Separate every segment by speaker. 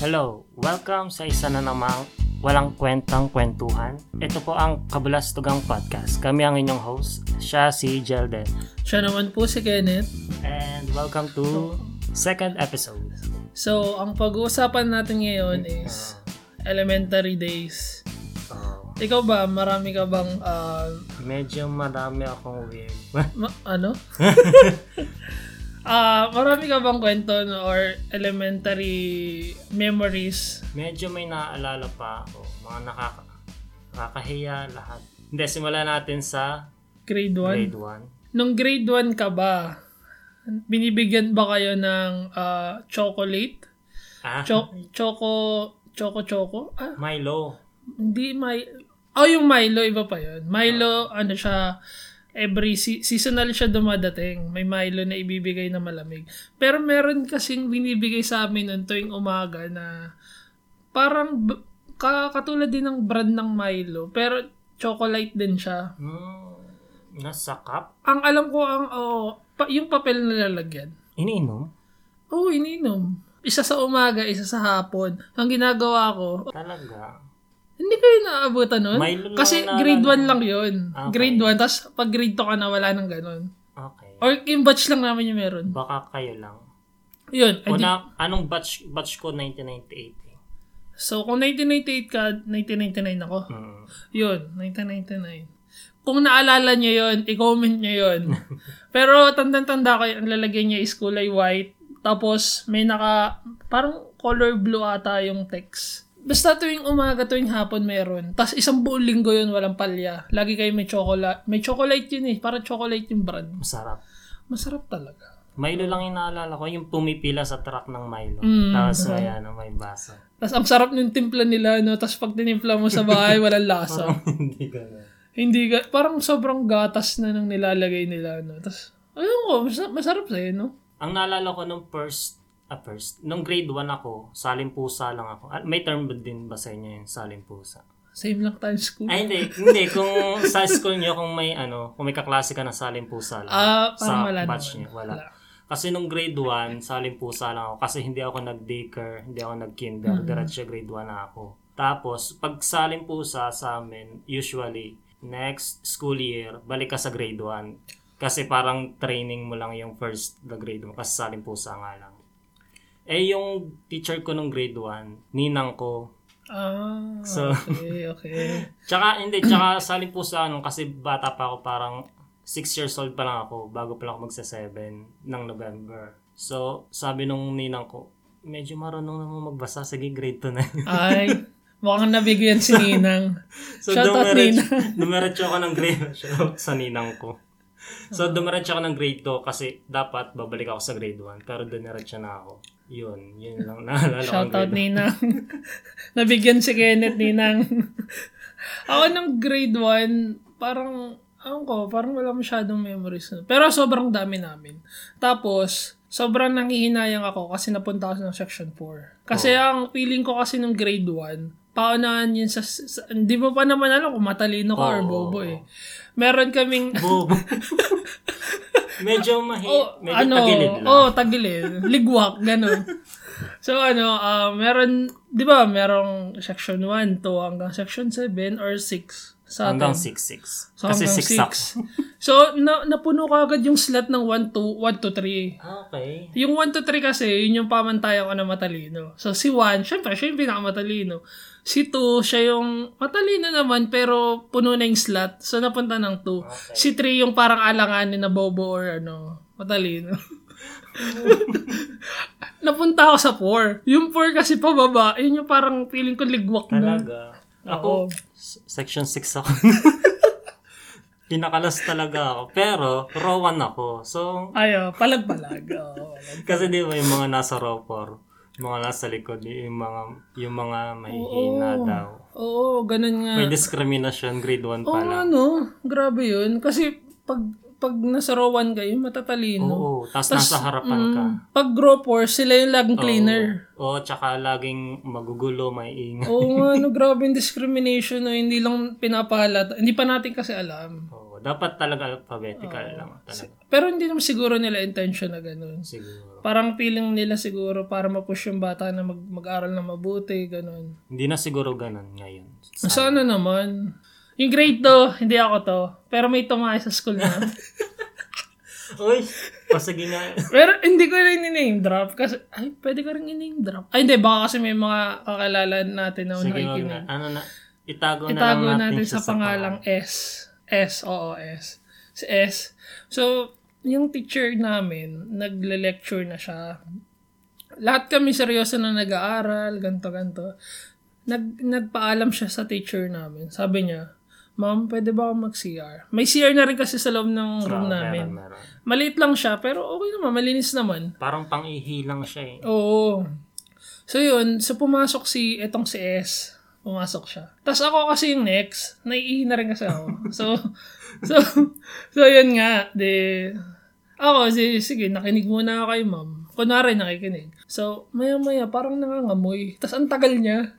Speaker 1: Hello, welcome sa isa na namang walang kwentang kwentuhan. Ito po ang Kabulastugang Podcast. Kami ang inyong host, siya si Jelden.
Speaker 2: Siya naman po si Kenneth.
Speaker 1: And welcome to second episode.
Speaker 2: So, ang pag-uusapan natin ngayon is elementary days.
Speaker 1: So,
Speaker 2: Ikaw ba, marami ka bang, ah,
Speaker 1: Ah, medyo marami akong weird.
Speaker 2: ma- ano? Ah, marami ka bang kwento no, or elementary memories?
Speaker 1: medyo may naaalala pa ako. Mga nakaka nakakahiya lahat. Hindi, simulan natin sa
Speaker 2: Grade 1?
Speaker 1: grade 1.
Speaker 2: Nung grade 1 ka ba, binibigyan ba kayo ng ah, chocolate?
Speaker 1: Ah,
Speaker 2: Cho- choco, choco, choco? Ah,
Speaker 1: Milo.
Speaker 2: Hindi, may... Oh, yung Milo, iba pa yun. Milo, ano siya, every se- seasonal siya dumadating. May Milo na ibibigay na malamig. Pero meron kasing binibigay sa amin nun tuwing umaga na parang b- ka- katulad din ng brand ng Milo. Pero chocolate din siya.
Speaker 1: Hmm, nasa cup.
Speaker 2: Ang alam ko, ang oo, pa, yung papel na lalagyan.
Speaker 1: Iniinom?
Speaker 2: Oo, oh, ininom. Isa sa umaga, isa sa hapon. Ang ginagawa ko,
Speaker 1: Talaga.
Speaker 2: Hindi kayo naabutan nun?
Speaker 1: Milo lang
Speaker 2: Kasi
Speaker 1: ang
Speaker 2: grade 1
Speaker 1: naalala
Speaker 2: lang
Speaker 1: ano.
Speaker 2: yun.
Speaker 1: Ah, Okay.
Speaker 2: Grade 1, tapos pag grade 2 ka na, wala nang ganun.
Speaker 1: Okay.
Speaker 2: Or yung batch lang namin yung meron.
Speaker 1: Baka kayo lang.
Speaker 2: Yun. I think-
Speaker 1: Una, anong batch batch ko 1998 eh.
Speaker 2: so, kung 1998 ka, 1999 ako.
Speaker 1: Mm.
Speaker 2: Yun, 1999. Kung naalala nyo yun, i-comment nyo yun. Pero tanda-tanda ko, ang lalagyan niya is kulay white. Tapos may naka, parang color blue ata yung text. Basta tuwing umaga, tuwing hapon meron. Tapos isang buong linggo yun, walang palya. Lagi kayo may chocolate. May chocolate yun eh, para chocolate yung brand.
Speaker 1: Masarap.
Speaker 2: Masarap talaga.
Speaker 1: Milo lang yung naalala ko, yung pumipila sa truck ng Milo.
Speaker 2: Mm.
Speaker 1: Tapos may ano, may baso.
Speaker 2: Tapos ang sarap ng timpla nila, no? Tapos pag tinimpla mo sa bahay, walang lasa.
Speaker 1: Hindi ganun.
Speaker 2: Hindi ga- parang sobrang gatas na nang nilalagay nila no. Tapos ayun ko, mas- masarap sa no.
Speaker 1: Ang naalala ko nung first, ah first, nung grade 1 ako, salimpusa lang ako. Ah, May term ba din ba sa inyo yung salimpusa?
Speaker 2: Same lang tayo sa school.
Speaker 1: Ay, hindi. Hindi. Kung sa school nyo, kung may ano, kung may kaklase ka na salimpusa lang.
Speaker 2: Ah, parang
Speaker 1: sa
Speaker 2: wala
Speaker 1: batch
Speaker 2: naman.
Speaker 1: nyo. Wala.
Speaker 2: Wala.
Speaker 1: Kasi nung grade 1, salimpusa lang ako. Kasi hindi ako nag-daycare, hindi ako nag-kinder. Diretso grade 1 na ako. Tapos, pag salimpusa sa amin, usually, next school year, balik ka sa grade 1. Kasi parang training mo lang yung first na grade 1. Kasi salimpusa nga lang. Eh, yung teacher ko nung grade 1, ninang ko,
Speaker 2: Ah,
Speaker 1: So-
Speaker 2: okay, okay.
Speaker 1: Tsaka, hindi, tsaka salin po sa ano, kasi bata pa ako, parang 6 years old pa lang ako, bago pa lang ako magsa-7 ng November. So, sabi nung ninang ko, medyo marunong naman magbasa, sige, grade 2 na. yun."
Speaker 2: Ay, mukhang nabigyan si Ninang.
Speaker 1: so,
Speaker 2: Shout out,
Speaker 1: dumiretso,
Speaker 2: Ninang.
Speaker 1: dumiretso ako ng grade Shout out sa ninang ko. So, dumiretso ako ng grade 2 kasi dapat babalik ako sa grade 1, pero dumiretso na ako. Yun, yun lang naalala ko. ng
Speaker 2: Shoutout
Speaker 1: grade
Speaker 2: Ninang. nabigyan si Kenneth Ninang. Ako ng grade 1, parang, ano ko, parang wala masyadong memories. nun. Pero sobrang dami namin. Tapos, sobrang nangihinayang ako kasi napunta ako ng section 4. Kasi
Speaker 1: Oh.
Speaker 2: ang feeling ko kasi nung grade 1, paunahan yun sa, sa- hindi mo pa naman alam kung matalino ka or
Speaker 1: Oo.
Speaker 2: bobo eh. Meron kaming,
Speaker 1: Bobo. medyo mahi,
Speaker 2: Oh,
Speaker 1: medyo
Speaker 2: ano,
Speaker 1: tagilid lang.
Speaker 2: Oh, tagilid. Ligwak, ganun. so, ano, ah, meron, di ba, merong section 1 to hanggang section 7 or 6 sa
Speaker 1: Hanggang
Speaker 2: atin.
Speaker 1: 6-6.
Speaker 2: So,
Speaker 1: kasi
Speaker 2: hanggang
Speaker 1: 6
Speaker 2: six.
Speaker 1: ako.
Speaker 2: So, na, napuno ka agad yung slot ng 1 to, 1 to 3.
Speaker 1: Okay.
Speaker 2: Yung 1 to 3 kasi, yun yung pamantayan ko na matalino. So, si 1, syempre, siya yung pinakamatalino. Si 2, siya yung matalino naman, pero puno na yung slot. So, napunta ng 2.
Speaker 1: Okay.
Speaker 2: Si 3, yung parang alanganin na bobo or ano, matalino. napunta ako sa 4. Yung 4 kasi pababa, yun yung parang feeling ko ligwak na.
Speaker 1: Talaga. Ako,
Speaker 2: Oo.
Speaker 1: s- section 6 ako. Pinakalas talaga ako. Pero, row 1 ako. So,
Speaker 2: Ayo, oh, palag-palag. Oo, palag.
Speaker 1: kasi di ba yung mga nasa row 4, mga nasa likod, yung mga, yung mga mahihina
Speaker 2: Oo.
Speaker 1: daw.
Speaker 2: Oo, ganun nga.
Speaker 1: May discrimination grade 1
Speaker 2: Oo,
Speaker 1: pala.
Speaker 2: ano, grabe yun. Kasi pag pag nasa row 1 kayo, matatalino.
Speaker 1: Oo, tas nasa harapan ka.
Speaker 2: mm, Pag row 4, sila yung lag cleaner.
Speaker 1: Oo, tsaka laging magugulo, may ingay.
Speaker 2: Oo nga, ano, grabe yung discrimination. No? Hindi lang pinapahalata. Hindi pa natin kasi alam.
Speaker 1: Oo, Dapat talaga alphabetical lang. Talaga.
Speaker 2: Pero hindi naman siguro nila intention na ganun.
Speaker 1: Siguro.
Speaker 2: Parang feeling nila siguro para ma-push yung bata na mag- mag-aral na mabuti, ganun.
Speaker 1: Hindi na siguro ganun ngayon.
Speaker 2: Sana naman. Yung grade to, hindi ako to. Pero may tumayo sa school na.
Speaker 1: Uy, pasagi nga.
Speaker 2: Pero hindi ko rin name drop kasi, ay, pwede ko rin name drop. Ay, hindi, baka kasi may mga kakilala natin na
Speaker 1: Sige, wag na.
Speaker 2: nakikinig.
Speaker 1: Ano na? Itago,
Speaker 2: Itago
Speaker 1: na lang
Speaker 2: natin
Speaker 1: siya
Speaker 2: sa pangalang S. S, oo, S. Si S. So, yung teacher namin, nagle-lecture na siya. Lahat kami seryoso na nag-aaral, ganto-ganto. Nag, nagpaalam siya sa teacher namin. Sabi niya, Ma'am, pwede ba ako mag-CR? May CR na rin kasi sa loob ng room
Speaker 1: Oo,
Speaker 2: namin.
Speaker 1: Ah, Meron, meron.
Speaker 2: Maliit lang siya, pero okay naman, malinis naman.
Speaker 1: Parang pang-ihi lang siya
Speaker 2: Oh.
Speaker 1: eh.
Speaker 2: Oo. So yun, so pumasok si, etong si S, pumasok siya. Tapos ako kasi yung next, naiihi na rin kasi ako. so, so, so yun nga, de, ako, si, sige, nakinig muna ako kay ma'am. Kunwari, nakikinig. So, maya-maya, parang nangangamoy. Tapos ang tagal niya.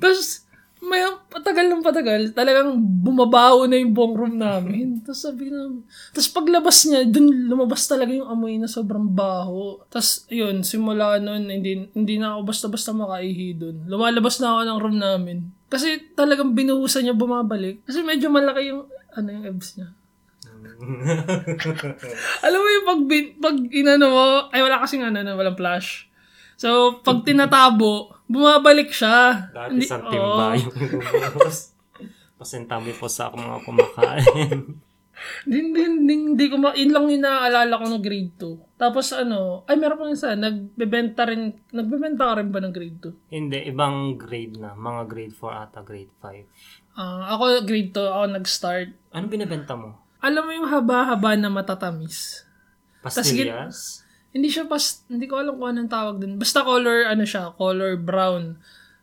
Speaker 2: Tapos, may patagal ng patagal, talagang bumabaho na yung buong room namin. Tapos sabi na, tapos paglabas niya, dun lumabas talaga yung amoy na sobrang baho. Tapos yun, simula nun, hindi, hindi na ako basta-basta makaihi dun. Lumalabas na ako ng room namin. Kasi talagang binuhusan niya bumabalik. Kasi medyo malaki yung, ano yung abs niya. Alam mo yung pag, bin- pag inano mo, ay wala kasing ano, na walang flash. So, pag tinatabo, bumabalik siya.
Speaker 1: Dati
Speaker 2: Hindi- Oh.
Speaker 1: sa
Speaker 2: oo.
Speaker 1: timba yung lumabas. Pasentami po sa mga kumakain.
Speaker 2: Hindi, hindi, hindi ko ma... Yun lang yung naaalala ko ng grade 2. Tapos ano, ay meron pa isa, nagbebenta rin, nagbebenta ka rin ba ng grade 2?
Speaker 1: Hindi, ibang grade na. Mga grade 4 ata, grade 5.
Speaker 2: Ah, ako grade 2, ako nag-start.
Speaker 1: Ano binibenta mo?
Speaker 2: Alam mo yung haba-haba na matatamis.
Speaker 1: Pastillas?
Speaker 2: Hindi siya pas, hindi ko alam kung anong tawag dun. Basta color, ano siya, color brown.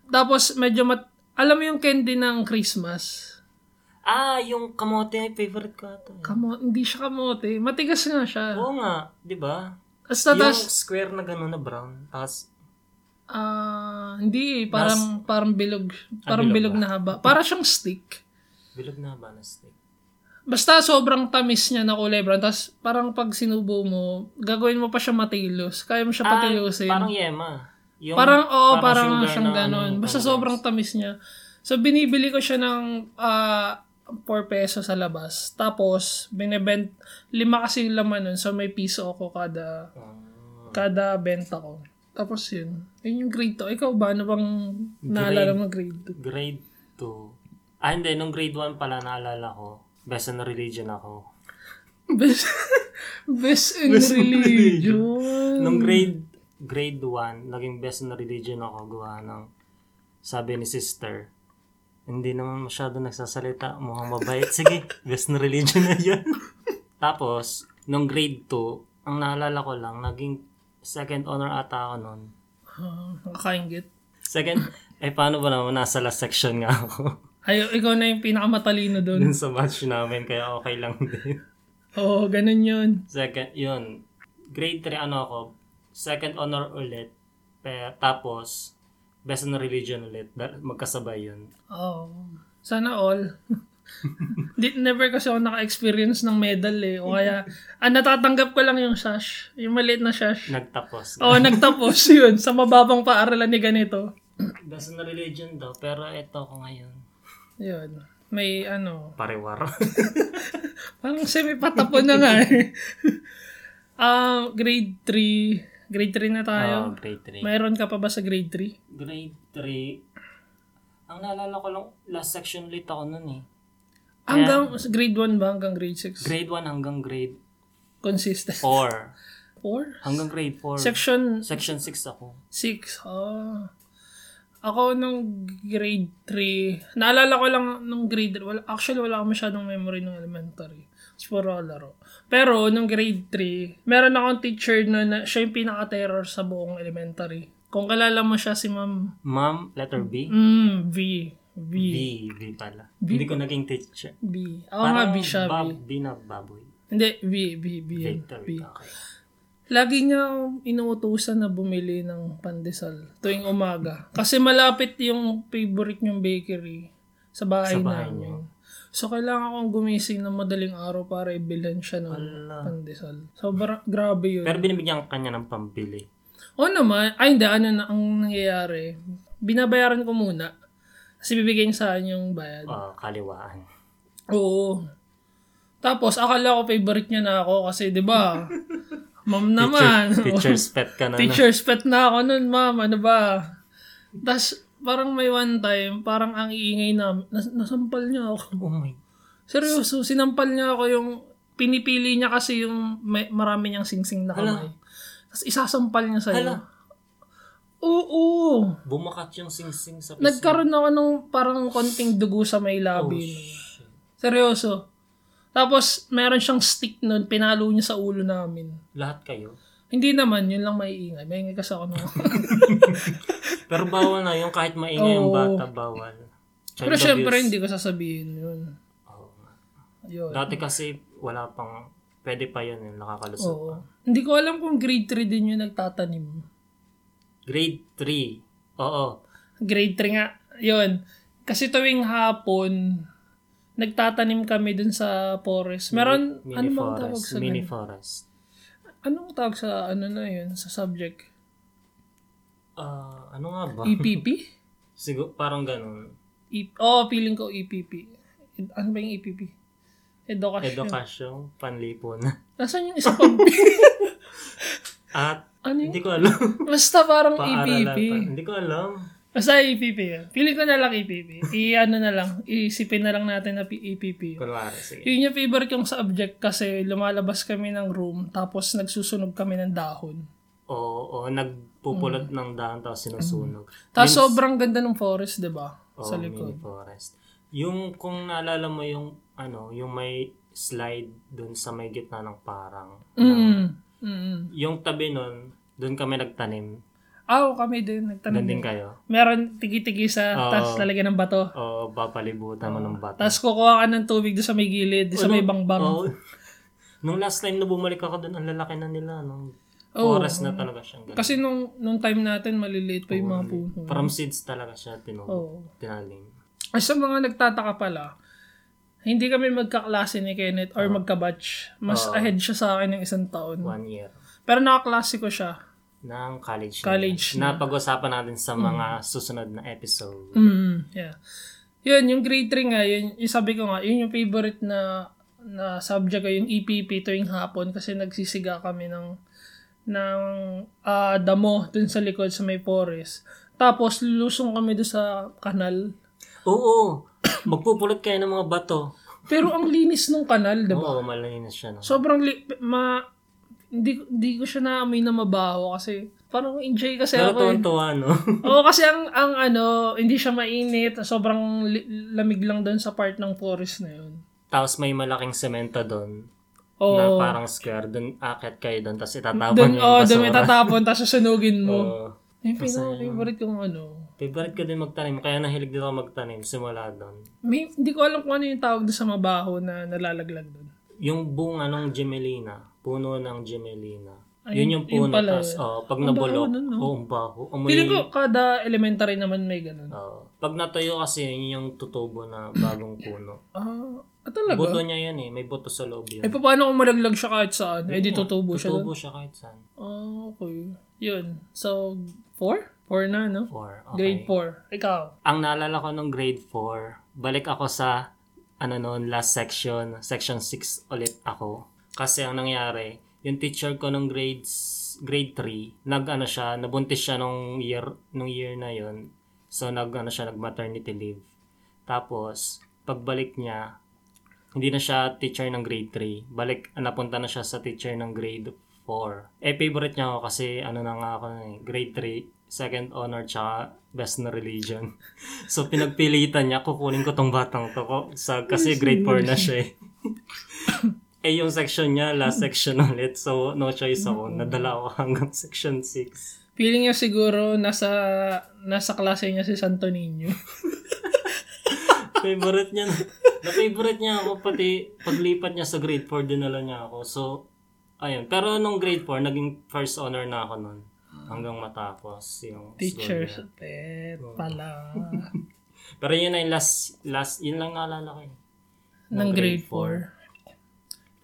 Speaker 2: Tapos medyo mat, alam mo yung candy ng Christmas?
Speaker 1: Ah, yung kamote, favorite ko ata. eh.
Speaker 2: Kamo, hindi siya kamote. Matigas nga siya.
Speaker 1: Oo nga, di ba?
Speaker 2: Tapos
Speaker 1: Yung
Speaker 2: tatas,
Speaker 1: square na gano'n na brown. Tapos,
Speaker 2: ah, hindi eh, parang, parang bilog, parang
Speaker 1: bilog
Speaker 2: Ah, bilog na haba. Para siyang stick.
Speaker 1: bilog na ba na steak?
Speaker 2: Basta sobrang tamis niya na kulay brown. Tapos parang pag sinubo mo, gagawin mo pa siya matilos. Kaya mo siya
Speaker 1: Ah,
Speaker 2: patilusin.
Speaker 1: Parang yema. Yung,
Speaker 2: parang, oo, parang,
Speaker 1: na
Speaker 2: siyang ganun.
Speaker 1: ano,
Speaker 2: Basta
Speaker 1: ano,
Speaker 2: sobrang tamis niya. So, binibili ko siya ng ah, 4 peso sa labas. Tapos, binibent, lima kasi yung laman nun. So, may piso ako kada,
Speaker 1: ah,
Speaker 2: kada benta ko. Tapos yun. Yun yung grade 2. Ikaw ba? Ano bang naalala mo grade 2?
Speaker 1: grade 2. Ah, hindi. Nung grade 1 pala naalala ko, best in religion ako.
Speaker 2: Best, best in religion.
Speaker 1: Nung grade grade 1, naging best na religion ako gawa ng sabi ni sister, hindi naman masyado nagsasalita, mukhang mabait. Sige, best na religion na yan. Tapos, nung grade 2, ang naalala ko lang, naging second honor ata ako nun.
Speaker 2: Ah, nakakaingit.
Speaker 1: Second, eh paano ba naman, nasa last section nga ako.
Speaker 2: Ay, ikaw na yung pinakamatalino doon.
Speaker 1: Dun sa batch namin, kaya okay lang din.
Speaker 2: Oo, ganun yun.
Speaker 1: Second, yun. Grade 3 ano ako. Second honor ulit. Pe, tapos, best in religion ulit. Da- Magkasabay yun.
Speaker 2: Oo. Sana all. Di, never kasi ako naka-experience ng medal eh. O kaya, ah, natatanggap ko lang yung sash. Yung maliit na sash.
Speaker 1: Nagtapos.
Speaker 2: Oo, nagtapos yun sa mababang paaralan ni ganito.
Speaker 1: Best in religion daw. Pero ito ako ngayon.
Speaker 2: Yun. May ano,
Speaker 1: Pariwara.
Speaker 2: Parang semi-patapon na nga eh. Ah, grade 3. Grade 3 na tayo.
Speaker 1: Oo, grade 3.
Speaker 2: Mayroon ka pa ba sa grade 3?
Speaker 1: Grade 3. Ang naalala ko lang, last section ulit ako nun eh.
Speaker 2: Hanggang grade 1 ba? Hanggang grade 6?
Speaker 1: Grade 1 hanggang grade
Speaker 2: Consistent.
Speaker 1: 4.
Speaker 2: 4?
Speaker 1: Hanggang grade 4.
Speaker 2: Section
Speaker 1: section 6 ako.
Speaker 2: 6. Ah. Ako nung grade 3, naalala ko lang nung grade 3, wala, actually wala akong masyadong memory nung elementary. Tapos puro ako laro. Pero nung grade 3, meron akong teacher na, na siya yung pinaka-terror sa buong elementary. Kung kilala mo siya si Ma'am
Speaker 1: Ma'am, letter B.
Speaker 2: Mm, V. V.
Speaker 1: B. B pala. Hindi ko naging teacher.
Speaker 2: B. Ako nga, B siya. B.
Speaker 1: bab- B na baboy.
Speaker 2: Hindi, V, V, V. yun.
Speaker 1: Victor.
Speaker 2: B.
Speaker 1: Okay.
Speaker 2: Lagi niya akong inuutusan na bumili ng pandesal tuwing umaga. Kasi malapit yung favorite niyong bakery sa bahay,
Speaker 1: Sa bahay
Speaker 2: namin. So, kailangan akong gumising ng madaling araw para ibilhan siya ng pandesal. Sobrang grabe yun.
Speaker 1: Pero binibigyan ka niya ng pambili.
Speaker 2: Oo naman. Ay, hindi. Ano na ang nangyayari? Binabayaran ko muna. Kasi bibigay niya sa akin yung bayad.
Speaker 1: Ah, kaliwaan.
Speaker 2: Oo. Tapos, akala ko favorite niya na ako kasi, di ba? Ma'am naman.
Speaker 1: Teacher's pet ka na. na.
Speaker 2: Teacher's pet na ako nun, ma'am. Ano ba? Tapos, parang may one time, parang ang iingay na, nas- nasampal niya ako.
Speaker 1: Oh my.
Speaker 2: Seryoso, sinampal niya ako yung, pinipili niya kasi yung may, marami niyang singsing na kamay. Tapos, isasampal niya sa'yo.
Speaker 1: Hala.
Speaker 2: Oo.
Speaker 1: Bumakat yung singsing sa pisngi. Oh,
Speaker 2: Nagkaroon ako ng parang konting dugo sa may labi. Seryoso. Tapos, meron siyang stick nun, pinalo niya sa ulo namin.
Speaker 1: Lahat kayo.
Speaker 2: Hindi naman, yun lang maiingay. Maingay kasi ako nung...
Speaker 1: Pero bawal na yung kahit maingay yung
Speaker 2: Oo.
Speaker 1: bata, bawal. Child
Speaker 2: Pero syempre,
Speaker 1: abuse.
Speaker 2: hindi ko sasabihin yun.
Speaker 1: Oo nga.
Speaker 2: Yun.
Speaker 1: Oh. Dati kasi wala pang, pwede pa yun yung nakakalusot.
Speaker 2: Oo. Hindi ko alam kung grade 3 din yung nagtatanim.
Speaker 1: Grade 3. Oo.
Speaker 2: Grade 3 nga. Yun. Kasi tuwing hapon, nagtatanim kami dun sa forest. Meron,
Speaker 1: Mini
Speaker 2: ano bang tawag
Speaker 1: forest.
Speaker 2: sa
Speaker 1: Mini
Speaker 2: ganun?
Speaker 1: forest.
Speaker 2: Anong tawag sa, ano na yun, sa subject? E
Speaker 1: Ah, ano nga ba?
Speaker 2: EPP?
Speaker 1: Siguro, parang ganun.
Speaker 2: E- oh, feeling ko EPP. Ed- Ano ba yung EPP? Education.
Speaker 1: Edukasyon, panlipon.
Speaker 2: Nasaan yung isa pang
Speaker 1: At,
Speaker 2: ano yun?
Speaker 1: hindi ko alam.
Speaker 2: Basta parang
Speaker 1: Paaralan
Speaker 2: EPP.
Speaker 1: pa. Hindi ko alam.
Speaker 2: Basta EPP yun. Feeling ko na lang E EPP. I ano na lang. Iisipin na lang natin na P- EPP yun.
Speaker 1: Kunwari, sige.
Speaker 2: Yun yung favorite kong subject kasi lumalabas kami ng room tapos nagsusunog kami ng dahon.
Speaker 1: Oo, oo,
Speaker 2: Mm.
Speaker 1: nagpupulot ng daan tapos sinusunog.
Speaker 2: Tapos sobrang ganda ng forest, di ba? Sa
Speaker 1: Oo,
Speaker 2: likod.
Speaker 1: mini forest. Yung kung naalala mo yung ano, yung may slide doon sa may gitna ng parang.
Speaker 2: Mm. Mm.
Speaker 1: Yung tabi noon, doon kami nagtanim.
Speaker 2: Ah, oo, kami din. Nagtanong
Speaker 1: Doon din
Speaker 2: din.
Speaker 1: kayo.
Speaker 2: Meron tigi-tigi sa
Speaker 1: Oo.
Speaker 2: tapos lalagyan ng bato.
Speaker 1: O papalibutan mo ng bata.
Speaker 2: Tapos kukuha ka ng tubig doon sa may gilid, doon Oh. sa may bangbang. Oo.
Speaker 1: Oo. nung last time na bumalik ako doon, ang lalaki na nila. Nung forest na talaga siyang ganun.
Speaker 2: Oh. Kasi nung, nung time natin, maliliit pa yung mga puno. Oh.
Speaker 1: From seeds talaga siya tinubo.
Speaker 2: Oo.
Speaker 1: Tinalim.
Speaker 2: Ay, sa mga nagtataka pala, hindi kami magkaklase ni Kenneth or magkabatch. Mas ahead siya sa akin ng isang taon.
Speaker 1: One year.
Speaker 2: Pero nakaklase ko siya.
Speaker 1: ng college.
Speaker 2: College
Speaker 1: Na, na pag-usapan natin sa mga susunod na episode.
Speaker 2: Mm, yeah. Yun, yung grade 3 nga, yun, yung sabi ko nga, yun yung favorite na na subject ko, yung EPP tuwing hapon kasi nagsisiga kami ng ng ah, damo dun sa likod sa may forest. Tapos, lulusong kami dun sa kanal.
Speaker 1: Oo. Magpupulot kayo ng mga bato.
Speaker 2: Pero ang linis nung kanal, di ba?
Speaker 1: Oo, malinis siya. No?
Speaker 2: Sobrang li- ma hindi, hindi ko siya naamoy na mabaho kasi parang enjoy kasi
Speaker 1: Pero
Speaker 2: ako. eh.
Speaker 1: tuwan-tuwa, no?
Speaker 2: Oo, kasi ang, ang ano, hindi siya mainit. Sobrang li- lamig lang doon sa part ng forest na yun.
Speaker 1: Tapos may malaking semento doon. Na
Speaker 2: Oo.
Speaker 1: parang square. Doon akit kayo doon. Tapos itatapon
Speaker 2: Doon,
Speaker 1: niyo
Speaker 2: oh,
Speaker 1: yung
Speaker 2: doon may
Speaker 1: basura.
Speaker 2: tatapon, tapos susunugin mo.
Speaker 1: Oo.
Speaker 2: Yung pinaka-favorite kong ano.
Speaker 1: Favorite ko din magtanim. Kaya nahilig din ako magtanim. Simula doon.
Speaker 2: May, hindi ko alam kung ano yung tawag doon sa mabaho na nalalaglag doon.
Speaker 1: Yung bunga ng gemelina. Puno ng gemelina. Yun yung puno.
Speaker 2: pala
Speaker 1: Tapos,
Speaker 2: yun.
Speaker 1: oh, pag
Speaker 2: Ang baho
Speaker 1: nabulok,
Speaker 2: nun, no?
Speaker 1: oh, ang baho. Amoy-
Speaker 2: Feeling ko kada elementary naman may ganun.
Speaker 1: Oo. pag natuyo kasi, yun yung tutubo na bagong puno.
Speaker 2: Ah, ah talaga?
Speaker 1: Buto niya yun eh. May buto sa loob yun.
Speaker 2: Eh, paano kung malaglag siya kahit saan? Eh, di tutubo siya doon.
Speaker 1: Tutubo siya kahit saan.
Speaker 2: Ah, okay. Yun. So, 4? 4 na, no?
Speaker 1: Or,
Speaker 2: Grade
Speaker 1: okay.
Speaker 2: 4. Ikaw?
Speaker 1: Ang naalala ko nung grade 4, balik ako sa, ano noon, last section, section 6 ulit ako. Kasi ang nangyari, yung teacher ko nung grades, grade 3, nag ano siya, nabuntis siya nung year, nung year na yon So nag ano siya, nag maternity leave. Tapos, pagbalik niya, hindi na siya teacher ng grade 3. Balik, ah, napunta na siya sa teacher ng grade 4. Eh, favorite niya ako kasi ano na nga ako eh, grade 3, second honor, tsaka best na religion. so, pinagpilitan niya, kukunin ko tong batang to. ko- Sa, kasi grade 4 na siya eh. eh, yung section niya, last section ulit. So, no choice ako. Nadala ako hanggang section 6.
Speaker 2: Feeling niya siguro nasa nasa klase niya si Santo Niño.
Speaker 1: favorite niya. na- Na-favorite niya ako pati paglipat niya sa grade 4 dinala niya ako. So, ayun. Pero nung grade 4, naging first honor na ako nun. Hanggang matapos yung school
Speaker 2: Teacher's
Speaker 1: year.
Speaker 2: pet pala.
Speaker 1: Pero yun ay last, last, yun lang naalala ko eh.
Speaker 2: ng grade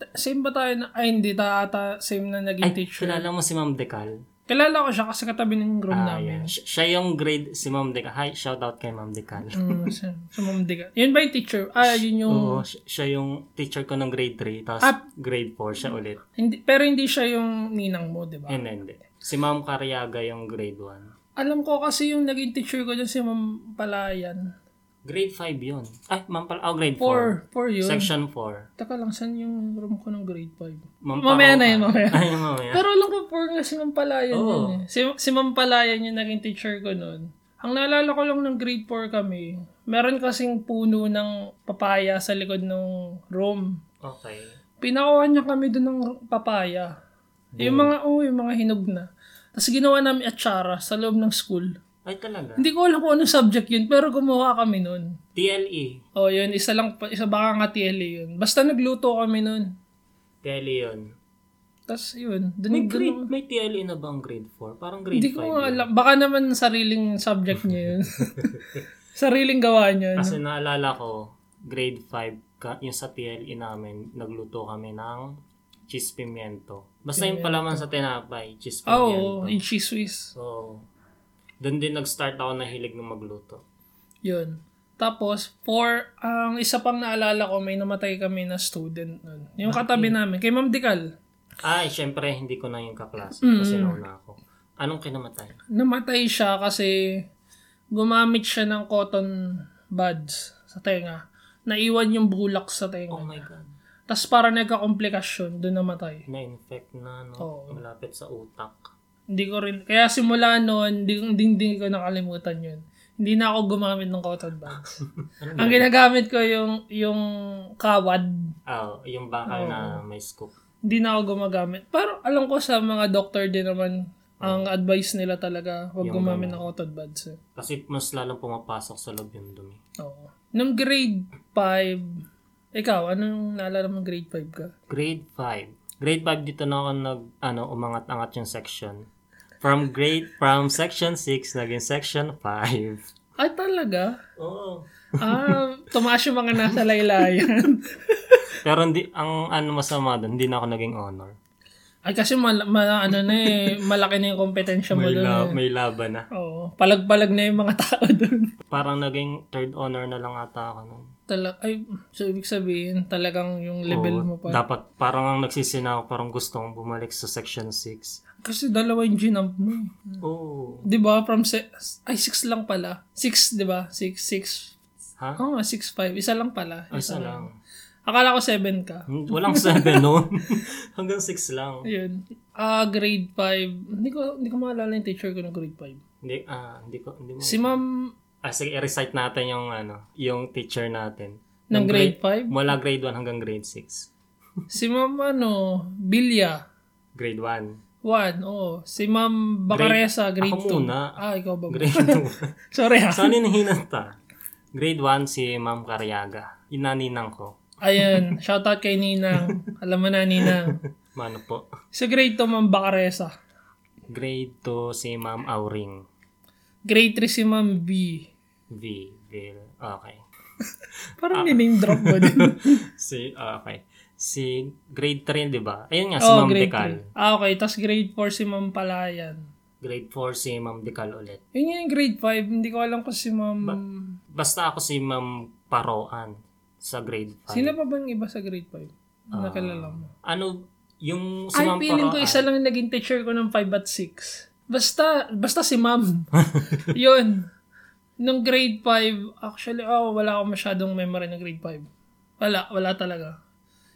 Speaker 2: 4. Same ba tayo na, ay hindi, ta ata same na
Speaker 1: Ay,
Speaker 2: naging teacher.
Speaker 1: kilala mo si Ma'am Decal?
Speaker 2: Kilala ko siya kasi katabi ng room
Speaker 1: Ah, yan.
Speaker 2: namin.
Speaker 1: Si- Siya yung grade, si Ma'am Decal. Hi, shout out kay Ma'am Decal.
Speaker 2: Mm, sa, sa Mamdiga. Yun ba yung teacher? Ah, yun yung...
Speaker 1: Oo, si- siya yung teacher ko ng grade 3, tapos
Speaker 2: Ah.
Speaker 1: grade 4 siya ulit.
Speaker 2: Hindi, pero hindi siya yung ninang mo, di ba?
Speaker 1: And then, si Ma'am Cariaga yung grade 1.
Speaker 2: Alam ko kasi yung naging teacher ko dyan si Ma'am Palayan.
Speaker 1: Grade 5 yun. Ay, Ma'am Pal- oh, grade 4.
Speaker 2: Four. Four yun.
Speaker 1: Section 4.
Speaker 2: Taka lang, saan yung room ko ng grade 5?
Speaker 1: Ma'am
Speaker 2: Mamaya na yun,
Speaker 1: Pao-
Speaker 2: mamaya.
Speaker 1: Ay, mamaya.
Speaker 2: Pero alam ko, four nga si Ma'am Palayan
Speaker 1: Oo.
Speaker 2: yun eh. Si, si Ma'am Palayan yung naging teacher ko nun. Ang naalala ko lang ng grade 4 kami, meron kasing puno ng papaya sa likod ng room.
Speaker 1: Okay.
Speaker 2: Pinakuha niya kami doon ng papaya. Yung mga, oh, yung mga hinog na. Tapos ginawa namin atsara sa loob ng school.
Speaker 1: Ay, talaga.
Speaker 2: Hindi ko alam kung anong subject yun, pero gumawa kami nun.
Speaker 1: TLE.
Speaker 2: Oh, yun, isa lang, pa- isa baka nga TLA yun. Basta nagluto kami nun.
Speaker 1: TLE E yun.
Speaker 2: Tapos yun,
Speaker 1: May,
Speaker 2: dun,
Speaker 1: grade, may TLE na bang grade 4? Parang grade 5.
Speaker 2: hindi ko nga alam. Baka naman sariling subject niya yun. sariling gawa niya. yun.
Speaker 1: Kasi naalala ko, grade 5, ka, yung sa TLE namin, nagluto kami ng cheese pimiento. Basta yung palaman sa tinapay, cheese pimiento.
Speaker 2: Ah, Oo, oh, yung cheese whiz.
Speaker 1: So, doon din nag-start ako na hilig ng magluto.
Speaker 2: Yun. Tapos, for, ang isa pang naalala ko, may namatay kami na student nun. Yung katabi namin, kay Ma'am Dikal.
Speaker 1: Ay, syempre, hindi ko na yung kaklase
Speaker 2: Mm.
Speaker 1: kasi nauna ako. Anong kinamatay?
Speaker 2: namatay siya kasi gumamit siya ng cotton buds sa tenga. Naiwan yung bulak
Speaker 1: Oh
Speaker 2: sa tenga.
Speaker 1: my God.
Speaker 2: Tapos para nagka-komplikasyon, doon namatay.
Speaker 1: Na-infect na, no?
Speaker 2: Oo.
Speaker 1: Malapit sa utak.
Speaker 2: Hindi ko rin, kaya simula noon, hindi, hindi, hindi ko nakalimutan yun. Hindi na ako gumamit ng cotton buds.
Speaker 1: Ano
Speaker 2: Ang ginagamit ko yung, yung kawad.
Speaker 1: Ah, yung bakal na may scoop.
Speaker 2: Hindi na ako gumagamit. Pero alam ko sa mga doctor din naman,
Speaker 1: Oh.
Speaker 2: ang advice nila talaga, huwag gumamit
Speaker 1: ano.
Speaker 2: ng cotton buds. eh.
Speaker 1: Kasi mas lalong pumapasok sa loob yung dumi.
Speaker 2: Oo. Nung grade 5, ikaw, anong naalala mong grade 5 ka?
Speaker 1: Grade 5. Grade 5 dito na ako nag ano umangat-angat yung section. From grade from section 6 naging section 5.
Speaker 2: Ay, talaga?
Speaker 1: Oo.
Speaker 2: Ah, tumaas yung mga nasa laylayan.
Speaker 1: Pero hindi ang ano masama doon, hindi na ako naging honor.
Speaker 2: Ay, kasi mal, ma- ano na eh, malaki na yung kompetensya mo
Speaker 1: May,
Speaker 2: eh. doon.
Speaker 1: la- may laban na.
Speaker 2: Oo, palag-palag na yung mga tao doon.
Speaker 1: Parang naging third honor na lang ata ako noon.
Speaker 2: Tala- ay, so ibig sabihin, talagang yung level mo pa.
Speaker 1: Dapat parang ang nagsisina ako, parang gusto kong bumalik sa section 6.
Speaker 2: Kasi dalawa yung ginamp mo. eh.
Speaker 1: Oo.
Speaker 2: Di ba? From se- ay, 6 lang pala. 6, di ba? 6, 6.
Speaker 1: Ha?
Speaker 2: Oo, 6-5. Isa lang pala.
Speaker 1: Isa lang.
Speaker 2: Akala ko 7 ka.
Speaker 1: Hmm, Walang 7 noon. Hanggang 6 lang.
Speaker 2: Ayun. Ah, grade 5. Hindi ko hindi ko maalala yung teacher ko ng grade 5.
Speaker 1: Hindi, ah, hindi ko, hindi mo.
Speaker 2: Si Ma'am
Speaker 1: Ah, sige, i-recite natin yung ano, yung teacher natin.
Speaker 2: ng
Speaker 1: Ng
Speaker 2: grade 5,
Speaker 1: Mula grade 1 hanggang grade 6.
Speaker 2: si Ma'am ano, Bilya.
Speaker 1: Grade 1.
Speaker 2: 1. Oo. Si Ma'am Bacaresa, grade,
Speaker 1: Ako
Speaker 2: 2.
Speaker 1: muna.
Speaker 2: Ah, ikaw ba?
Speaker 1: Grade
Speaker 2: Sorry
Speaker 1: 2.
Speaker 2: ah. ha.
Speaker 1: Saan hinahinata? Grade 1 si Ma'am Cariaga. Inaninang ko.
Speaker 2: Ayun. Shoutout kay Ninang. Alam mo na, Ninang.
Speaker 1: Mano ano po.
Speaker 2: Si grade 2, Ma'am Bacaresa.
Speaker 1: Grade 2 si Ma'am Auring.
Speaker 2: Grade 3 si Ma'am B.
Speaker 1: V. Vil. ah, Okay. Ah.
Speaker 2: Parang ni-name drop mo din.
Speaker 1: Si, ah, okay. Si grade 3, di ba? Ayun nga, si
Speaker 2: Oo,
Speaker 1: Ma'am
Speaker 2: Oh, grade
Speaker 1: Decal.
Speaker 2: 3. Ah, okay. Tapos grade 4 si Ma'am Palayan.
Speaker 1: Grade 4 si Ma'am Decal ulit.
Speaker 2: Yun yung grade 5. Hindi ko alam kung si Ma'am...
Speaker 1: Basta ako si Ma'am Paroan sa grade 5.
Speaker 2: Sino pa bang iba sa grade 5?
Speaker 1: Ah.
Speaker 2: na nakilala mo?
Speaker 1: Ano, yung si
Speaker 2: Ay,
Speaker 1: Ma'am
Speaker 2: feeling ko
Speaker 1: Paroan.
Speaker 2: isa lang yung naging teacher ko ng 5 at 6. Basta, basta si ma'am. Yun. Nung grade 5, actually, oh, wala akong masyadong memory ng grade 5. Wala, wala talaga.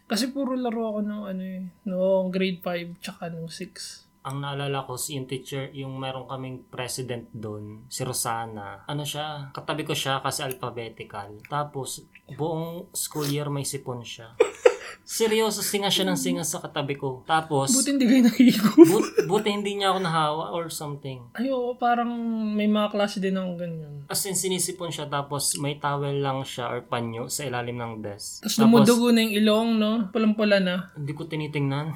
Speaker 2: Kasi puro laro ako nung ano eh, noong grade 5 tsaka nung 6.
Speaker 1: ang naalala ko si yung teacher, yung meron kaming president doon, si Rosana. Ano siya? Katabi ko siya kasi alphabetical. Tapos, buong school year may sipon siya. Seryoso, singa siya ng singa sa katabi ko. Tapos,
Speaker 2: Buti
Speaker 1: buti,
Speaker 2: hindi kayo nakikikup.
Speaker 1: buti hindi niya ako nahawa or something.
Speaker 2: Ay, oo, parang may mga klase din ako ganyan.
Speaker 1: As in, sinisipon siya tapos may towel lang siya or panyo sa ilalim ng desk.
Speaker 2: Tapos dumudugo na yung ilong, no? Pulang-pula na.
Speaker 1: Hindi ko tinitingnan.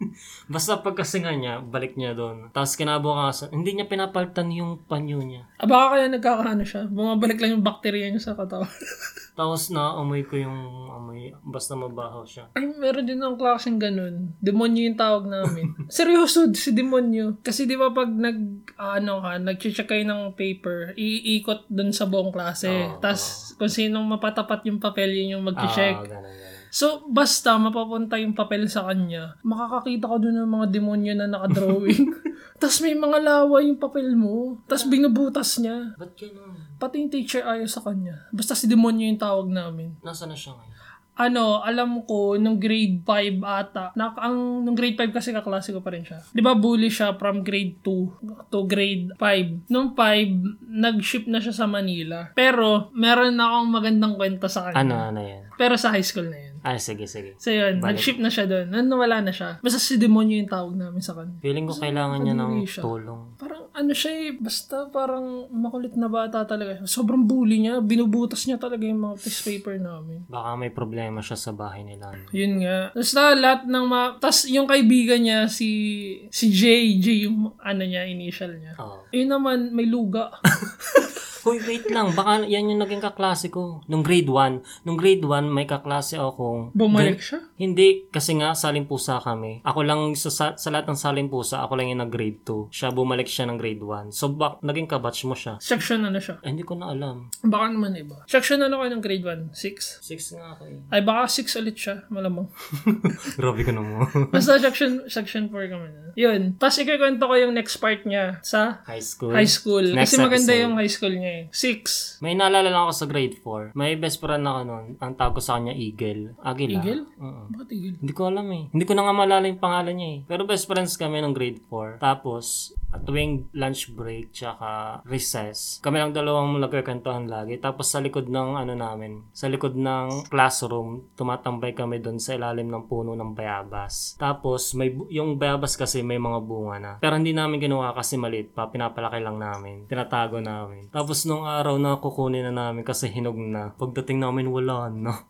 Speaker 1: Basta pagkasinga niya, balik niya doon. Tapos kinabukasan, hindi niya pinapalitan yung panyo niya.
Speaker 2: Ah, baka kaya nagkakaano siya. Bumabalik lang yung bakterya niya sa katawan.
Speaker 1: Tapos na amoy ko yung amoy. Basta mabahaw siya.
Speaker 2: Ay, meron din ng klaseng ganun. Demonyo yung tawag namin. Seryoso, si demonyo. Kasi di ba pag nag, ah, ano ka, nag-check kayo ng paper, iikot dun sa buong klase.
Speaker 1: Oo,
Speaker 2: Tapos, kung sinong mapatapat yung papel, yun yung mag-check.
Speaker 1: Ah, ganun, ganun.
Speaker 2: So, basta mapapunta yung papel sa kanya, makakakita ka doon ng mga demonyo na nakadrawing. Tapos may mga lawa yung papel mo. Tapos binubutas niya.
Speaker 1: Ba't ganun?
Speaker 2: Pati yung teacher ayaw sa kanya. Basta si demonyo yung tawag namin.
Speaker 1: Nasaan na siya ngayon?
Speaker 2: Ano, alam ko, nung grade 5 ata, na, ang, nung grade 5 kasi kaklase ko pa rin siya. Di ba bully siya from grade 2 to grade 5? Nung 5, nag-ship na siya sa Manila. Pero, meron na akong magandang kwenta sa
Speaker 1: Ano,
Speaker 2: kanya.
Speaker 1: ano yan?
Speaker 2: Pero sa high school na yun.
Speaker 1: Ah, sige, sige.
Speaker 2: So yun,
Speaker 1: Balik.
Speaker 2: nag-ship na siya doon. Nung nawala na siya. Basta si demonyo yung tawag namin sa kanya.
Speaker 1: Feeling ko kailangan niya ng
Speaker 2: Kadiri siya.
Speaker 1: tulong.
Speaker 2: Parang ano siya eh, basta parang makulit na bata talaga. siya. Sobrang bully niya, binubutas niya talaga yung mga test paper namin.
Speaker 1: Baka may problema siya sa bahay nila. no?
Speaker 2: Yun nga. Basta lahat ng mga... Tapos yung kaibigan niya, si si J, J yung ano niya, initial niya.
Speaker 1: Oo.
Speaker 2: Yun naman, may luga.
Speaker 1: Hoy, wait lang. Baka yan yung naging kaklase ko. Nung grade 1. Nung grade 1, may kaklase akong...
Speaker 2: Bumalik siya.
Speaker 1: Hindi, kasi nga salimpusa kami. Ako lang sa, sa, sa lahat ng salimpusa, ako lang yung nag-grade 2. Siya bumalik siya ng grade 1. So, bak, naging kabatch mo siya.
Speaker 2: Section ano siya.
Speaker 1: Eh, hindi ko na alam.
Speaker 2: Baka naman iba. Section ano kayo ng grade 1? 6?
Speaker 1: Six nga ako eh.
Speaker 2: Ay, baka 6 ulit siya. Malamang.
Speaker 1: Grabe ka naman.
Speaker 2: Basta section, section 4 kami na. Yun. Tapos ikikwento ko yung next part niya sa
Speaker 1: High school.
Speaker 2: high school.
Speaker 1: Next
Speaker 2: Kasi maganda
Speaker 1: episode.
Speaker 2: yung high school niya eh. 6.
Speaker 1: May naalala lang ako sa grade 4. May best friend ako noon. Ang tawag ko sa kanya, Eagle. Agila.
Speaker 2: Eagle?
Speaker 1: Oo.
Speaker 2: Bakit tigil?
Speaker 1: Hindi ko alam eh. Hindi ko na nga maalala yung pangalan niya eh. Pero best friends kami nung grade 4. Tapos, at tuwing lunch break tsaka recess, kami lang dalawang nagkakantahan lagi. Tapos sa likod ng ano namin, sa likod ng classroom, tumatambay kami doon sa ilalim ng puno ng bayabas. Tapos, may bu- yung bayabas kasi may mga bunga na. Pero hindi namin ginawa kasi maliit pa. Pinapalaki lang namin. Tinatago namin. Tapos nung araw na kukunin na namin kasi hinog na. Pagdating namin, wala na.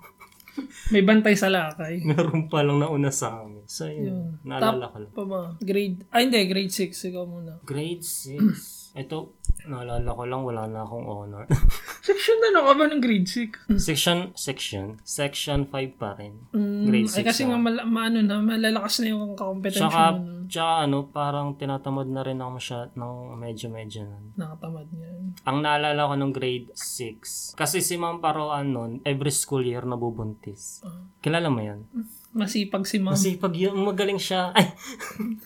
Speaker 2: May bantay sa lakay.
Speaker 1: Meron pa lang nauna sa amin. So,
Speaker 2: Hmm.
Speaker 1: yun. Naalala ko lang.
Speaker 2: Pa ba? Grade, ay hindi, grade 6. Ikaw muna.
Speaker 1: Grade 6. Ito, naalala ko lang, wala na akong honor.
Speaker 2: Section ano ka ba ng grade 6?
Speaker 1: section, section, section 5 pa rin.
Speaker 2: Mm,
Speaker 1: Grade
Speaker 2: ay
Speaker 1: six
Speaker 2: kasi
Speaker 1: na.
Speaker 2: nga mal- maano na, malalakas na yung kakompetensya
Speaker 1: Tsaka,
Speaker 2: mo.
Speaker 1: tsaka ano, parang tinatamad na rin ako masyad ng medyo-medyo nun.
Speaker 2: Nakatamad niya.
Speaker 1: Ang naalala ko nung grade 6. Kasi si Ma'am Paroan nun, every school year nabubuntis.
Speaker 2: Ah.
Speaker 1: Kilala mo yan?
Speaker 2: Masipag si ma'am.
Speaker 1: Kasi pag yun, magaling siya. Ay,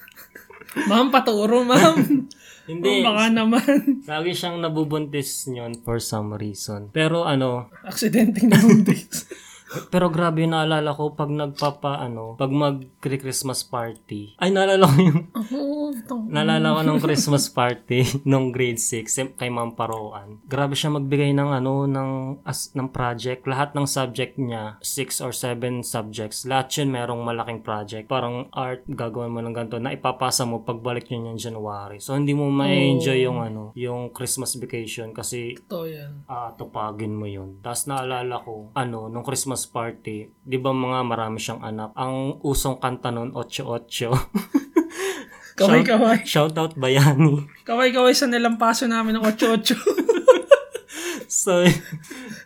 Speaker 2: ma'am, paturo ma'am.
Speaker 1: hindi.
Speaker 2: Ma'am, Oh, baka naman.
Speaker 1: Lagi siyang nabubuntis yun for some reason. Pero ano,
Speaker 2: Aksidente na buntis.
Speaker 1: Pero grabe yung naalala ko pag nagpapa ano, pag mag Christmas party. Ay naalala ko yung
Speaker 2: Oo, tang-
Speaker 1: naalala ko ng Christmas party nung grade 6 kay Ma'am Paroan. Grabe siya magbigay ng ano ng as, ng project. Lahat ng subject niya, 6 or 7 subjects. Lahat yun merong malaking project. Parang art gagawin mo ng ganito na ipapasa mo pagbalik yun yung January. So hindi mo ma-enjoy yung ano, yung Christmas vacation kasi
Speaker 2: Ito yan.
Speaker 1: ah tupagin mo yun. Tapos naalala ko, ano, nung Christmas party, di ba mga marami siyang anak, ang usong kanta nun, 8-8.
Speaker 2: Kaway-kaway.
Speaker 1: Shoutout Bayani.
Speaker 2: Kaway-kaway sa nilampaso namin ng 8-8.
Speaker 1: So,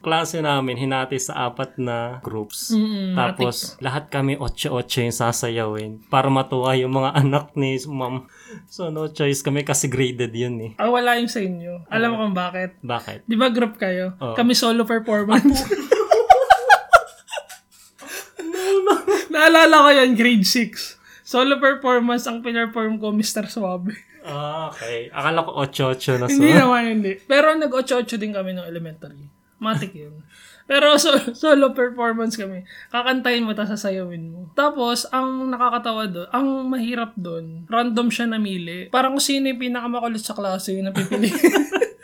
Speaker 1: klase namin, hinati sa apat na groups.
Speaker 2: Mm,
Speaker 1: Tapos, lahat kami 8-8 yung sasayawin para matuwa yung mga anak ni ma'am. So, no choice kami kasi graded yun eh.
Speaker 2: ah, wala yung sa inyo. Alam mo kung bakit.
Speaker 1: Bakit?
Speaker 2: Di ba group kayo?
Speaker 1: Oo.
Speaker 2: Kami solo performance. Naalala ko yan, grade 6. Solo performance ang pinerform ko, Mr. Suave.
Speaker 1: Ah, okay. Akala ko 8-8 na
Speaker 2: hindi
Speaker 1: so.
Speaker 2: naman, hindi. Pero nag-8-8 din kami ng elementary. Matik yun. Pero so- solo performance kami. Kakantahin mo, tapos sasayawin mo. Tapos, ang nakakatawa doon, ang mahirap doon, random siya namili. Parang kung sino yung pinakamakulit sa klase, yun ang pipiliin.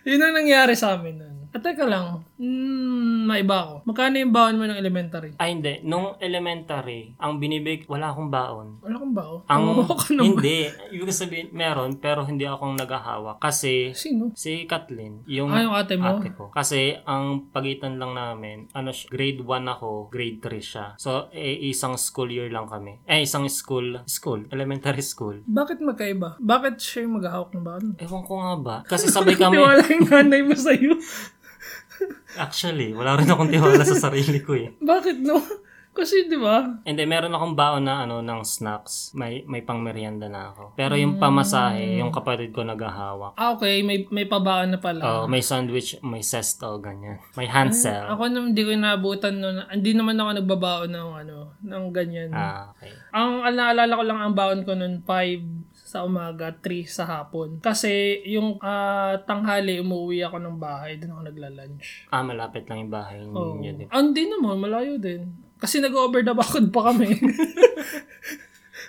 Speaker 2: Yun ang nangyari sa amin nun. At teka lang, mm, maiba ako. Magkano yung baon mo ng elementary?
Speaker 1: Ay, hindi. Nung elementary, ang binibig, wala akong baon.
Speaker 2: Wala kang baon.
Speaker 1: Ang,
Speaker 2: Kumuha ka naman.
Speaker 1: hindi. Ibig sabihin, meron, pero hindi akong nagahawak. Kasi,
Speaker 2: Sino?
Speaker 1: si Kathleen, yung
Speaker 2: Ah, yung ate mo?
Speaker 1: ate ko. Kasi, ang pagitan lang namin, ano, siya, grade 1 ako, grade 3 siya. So, eh, isang school year lang kami. Eh, isang school, school, elementary school.
Speaker 2: Bakit magkaiba? Bakit siya yung maghahawak ng baon?
Speaker 1: Ewan ko nga ba? Kasi sabay kami,
Speaker 2: Tiwala yung nanay mo sa'yo.
Speaker 1: Actually, wala rin akong tiwala sa sarili ko eh.
Speaker 2: Bakit no? Kasi di ba?
Speaker 1: And then, meron akong baon na ano ng snacks. May may pangmeryanda na ako. Pero
Speaker 2: Hmm.
Speaker 1: yung pamasahe, yung kapatid ko naghahawak.
Speaker 2: Ah, okay. May, may pabaan na pala.
Speaker 1: Oh, may sandwich, may sesto, ganyan. May hansel.
Speaker 2: Ako naman hindi ko naabutan noon. Hindi naman ako nagbabaon ng ano, ng ganyan.
Speaker 1: Ah, okay.
Speaker 2: Ang al- naalala ko lang ang baon ko noon 5 sa umaga, 3 sa hapon. Kasi yung ah, tanghali umuwi ako ng bahay, doon ako nagla-lunch.
Speaker 1: Ah, malapit lang yung bahay
Speaker 2: Oh.
Speaker 1: niyo din.
Speaker 2: Ah, Hindi naman, malayo din. Kasi nag-over the bakod pa kami.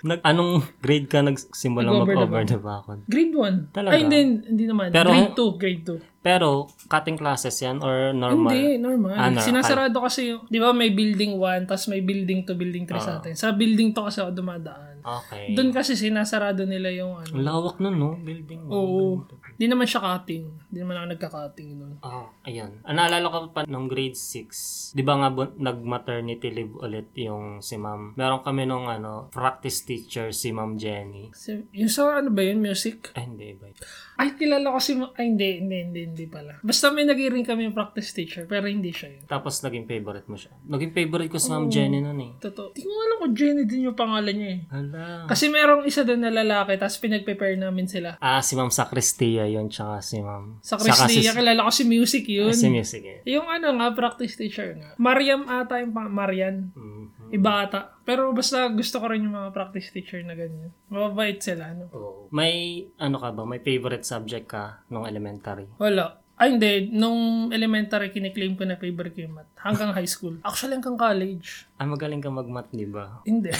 Speaker 1: Nag, anong grade ka nagsimula
Speaker 2: Nag-over the
Speaker 1: mag-over the bakod?
Speaker 2: grade 1.
Speaker 1: Talaga?
Speaker 2: Ay, hindi, hindi naman.
Speaker 1: Pero-
Speaker 2: grade 2, grade 2.
Speaker 1: Pero, cutting classes yan or normal?
Speaker 2: Hindi, normal.
Speaker 1: Ah, normal.
Speaker 2: Sinasarado kasi yung, di ba may building 1, tapos may building 2, building 3 sa
Speaker 1: Ah.
Speaker 2: atin. Sa building 2 kasi ako dumadaan.
Speaker 1: Okay.
Speaker 2: Doon kasi sinasarado nila yung ano.
Speaker 1: Ang lawak nun, no? Building. no?
Speaker 2: Oo. Di naman siya cutting. Di naman ako nagka-cutting nun.
Speaker 1: Oh, ayan. Ang naalala ko pa nung grade 6, di ba nga bu- nag-maternity leave ulit yung si ma'am. Meron kami nung ano, practice teacher si ma'am Jenny.
Speaker 2: Kasi, yung sa ano ba yun, music?
Speaker 1: Ay, hindi ba?
Speaker 2: Ay, kilala ko si... Ma- Ay, hindi, hindi, hindi, hindi pala. Basta may nagiring kami yung practice teacher, pero hindi siya yun.
Speaker 1: Tapos naging favorite mo siya. Naging favorite ko si ma'am Jenny nun eh.
Speaker 2: Totoo. Di ko alam kung Jenny din yung pangalan niya eh.
Speaker 1: Hala.
Speaker 2: Kasi merong isa doon na lalaki, tapos pinag-prepare namin sila.
Speaker 1: Ah, si ma'am Sacristia yun, tsaka si ma'am.
Speaker 2: Sa
Speaker 1: saka si-
Speaker 2: Christia, kilala ko si music
Speaker 1: Ah,
Speaker 2: yun.
Speaker 1: si music eh.
Speaker 2: Yung ano nga, practice teacher nga. Mariam ata yung pang- Marian.
Speaker 1: Mhm.
Speaker 2: Iba ata. Pero basta gusto ko rin yung mga practice teacher na ganyan. Mababait sila, ano?
Speaker 1: Oo. May, ano ka ba, may favorite subject ka nung elementary?
Speaker 2: Wala. Ay, hindi. Nung elementary, kiniklaim ko na favorite ko yung math. Hanggang high school. Actually, hanggang college.
Speaker 1: Ah, magaling ka mag-math, di ba?
Speaker 2: Hindi.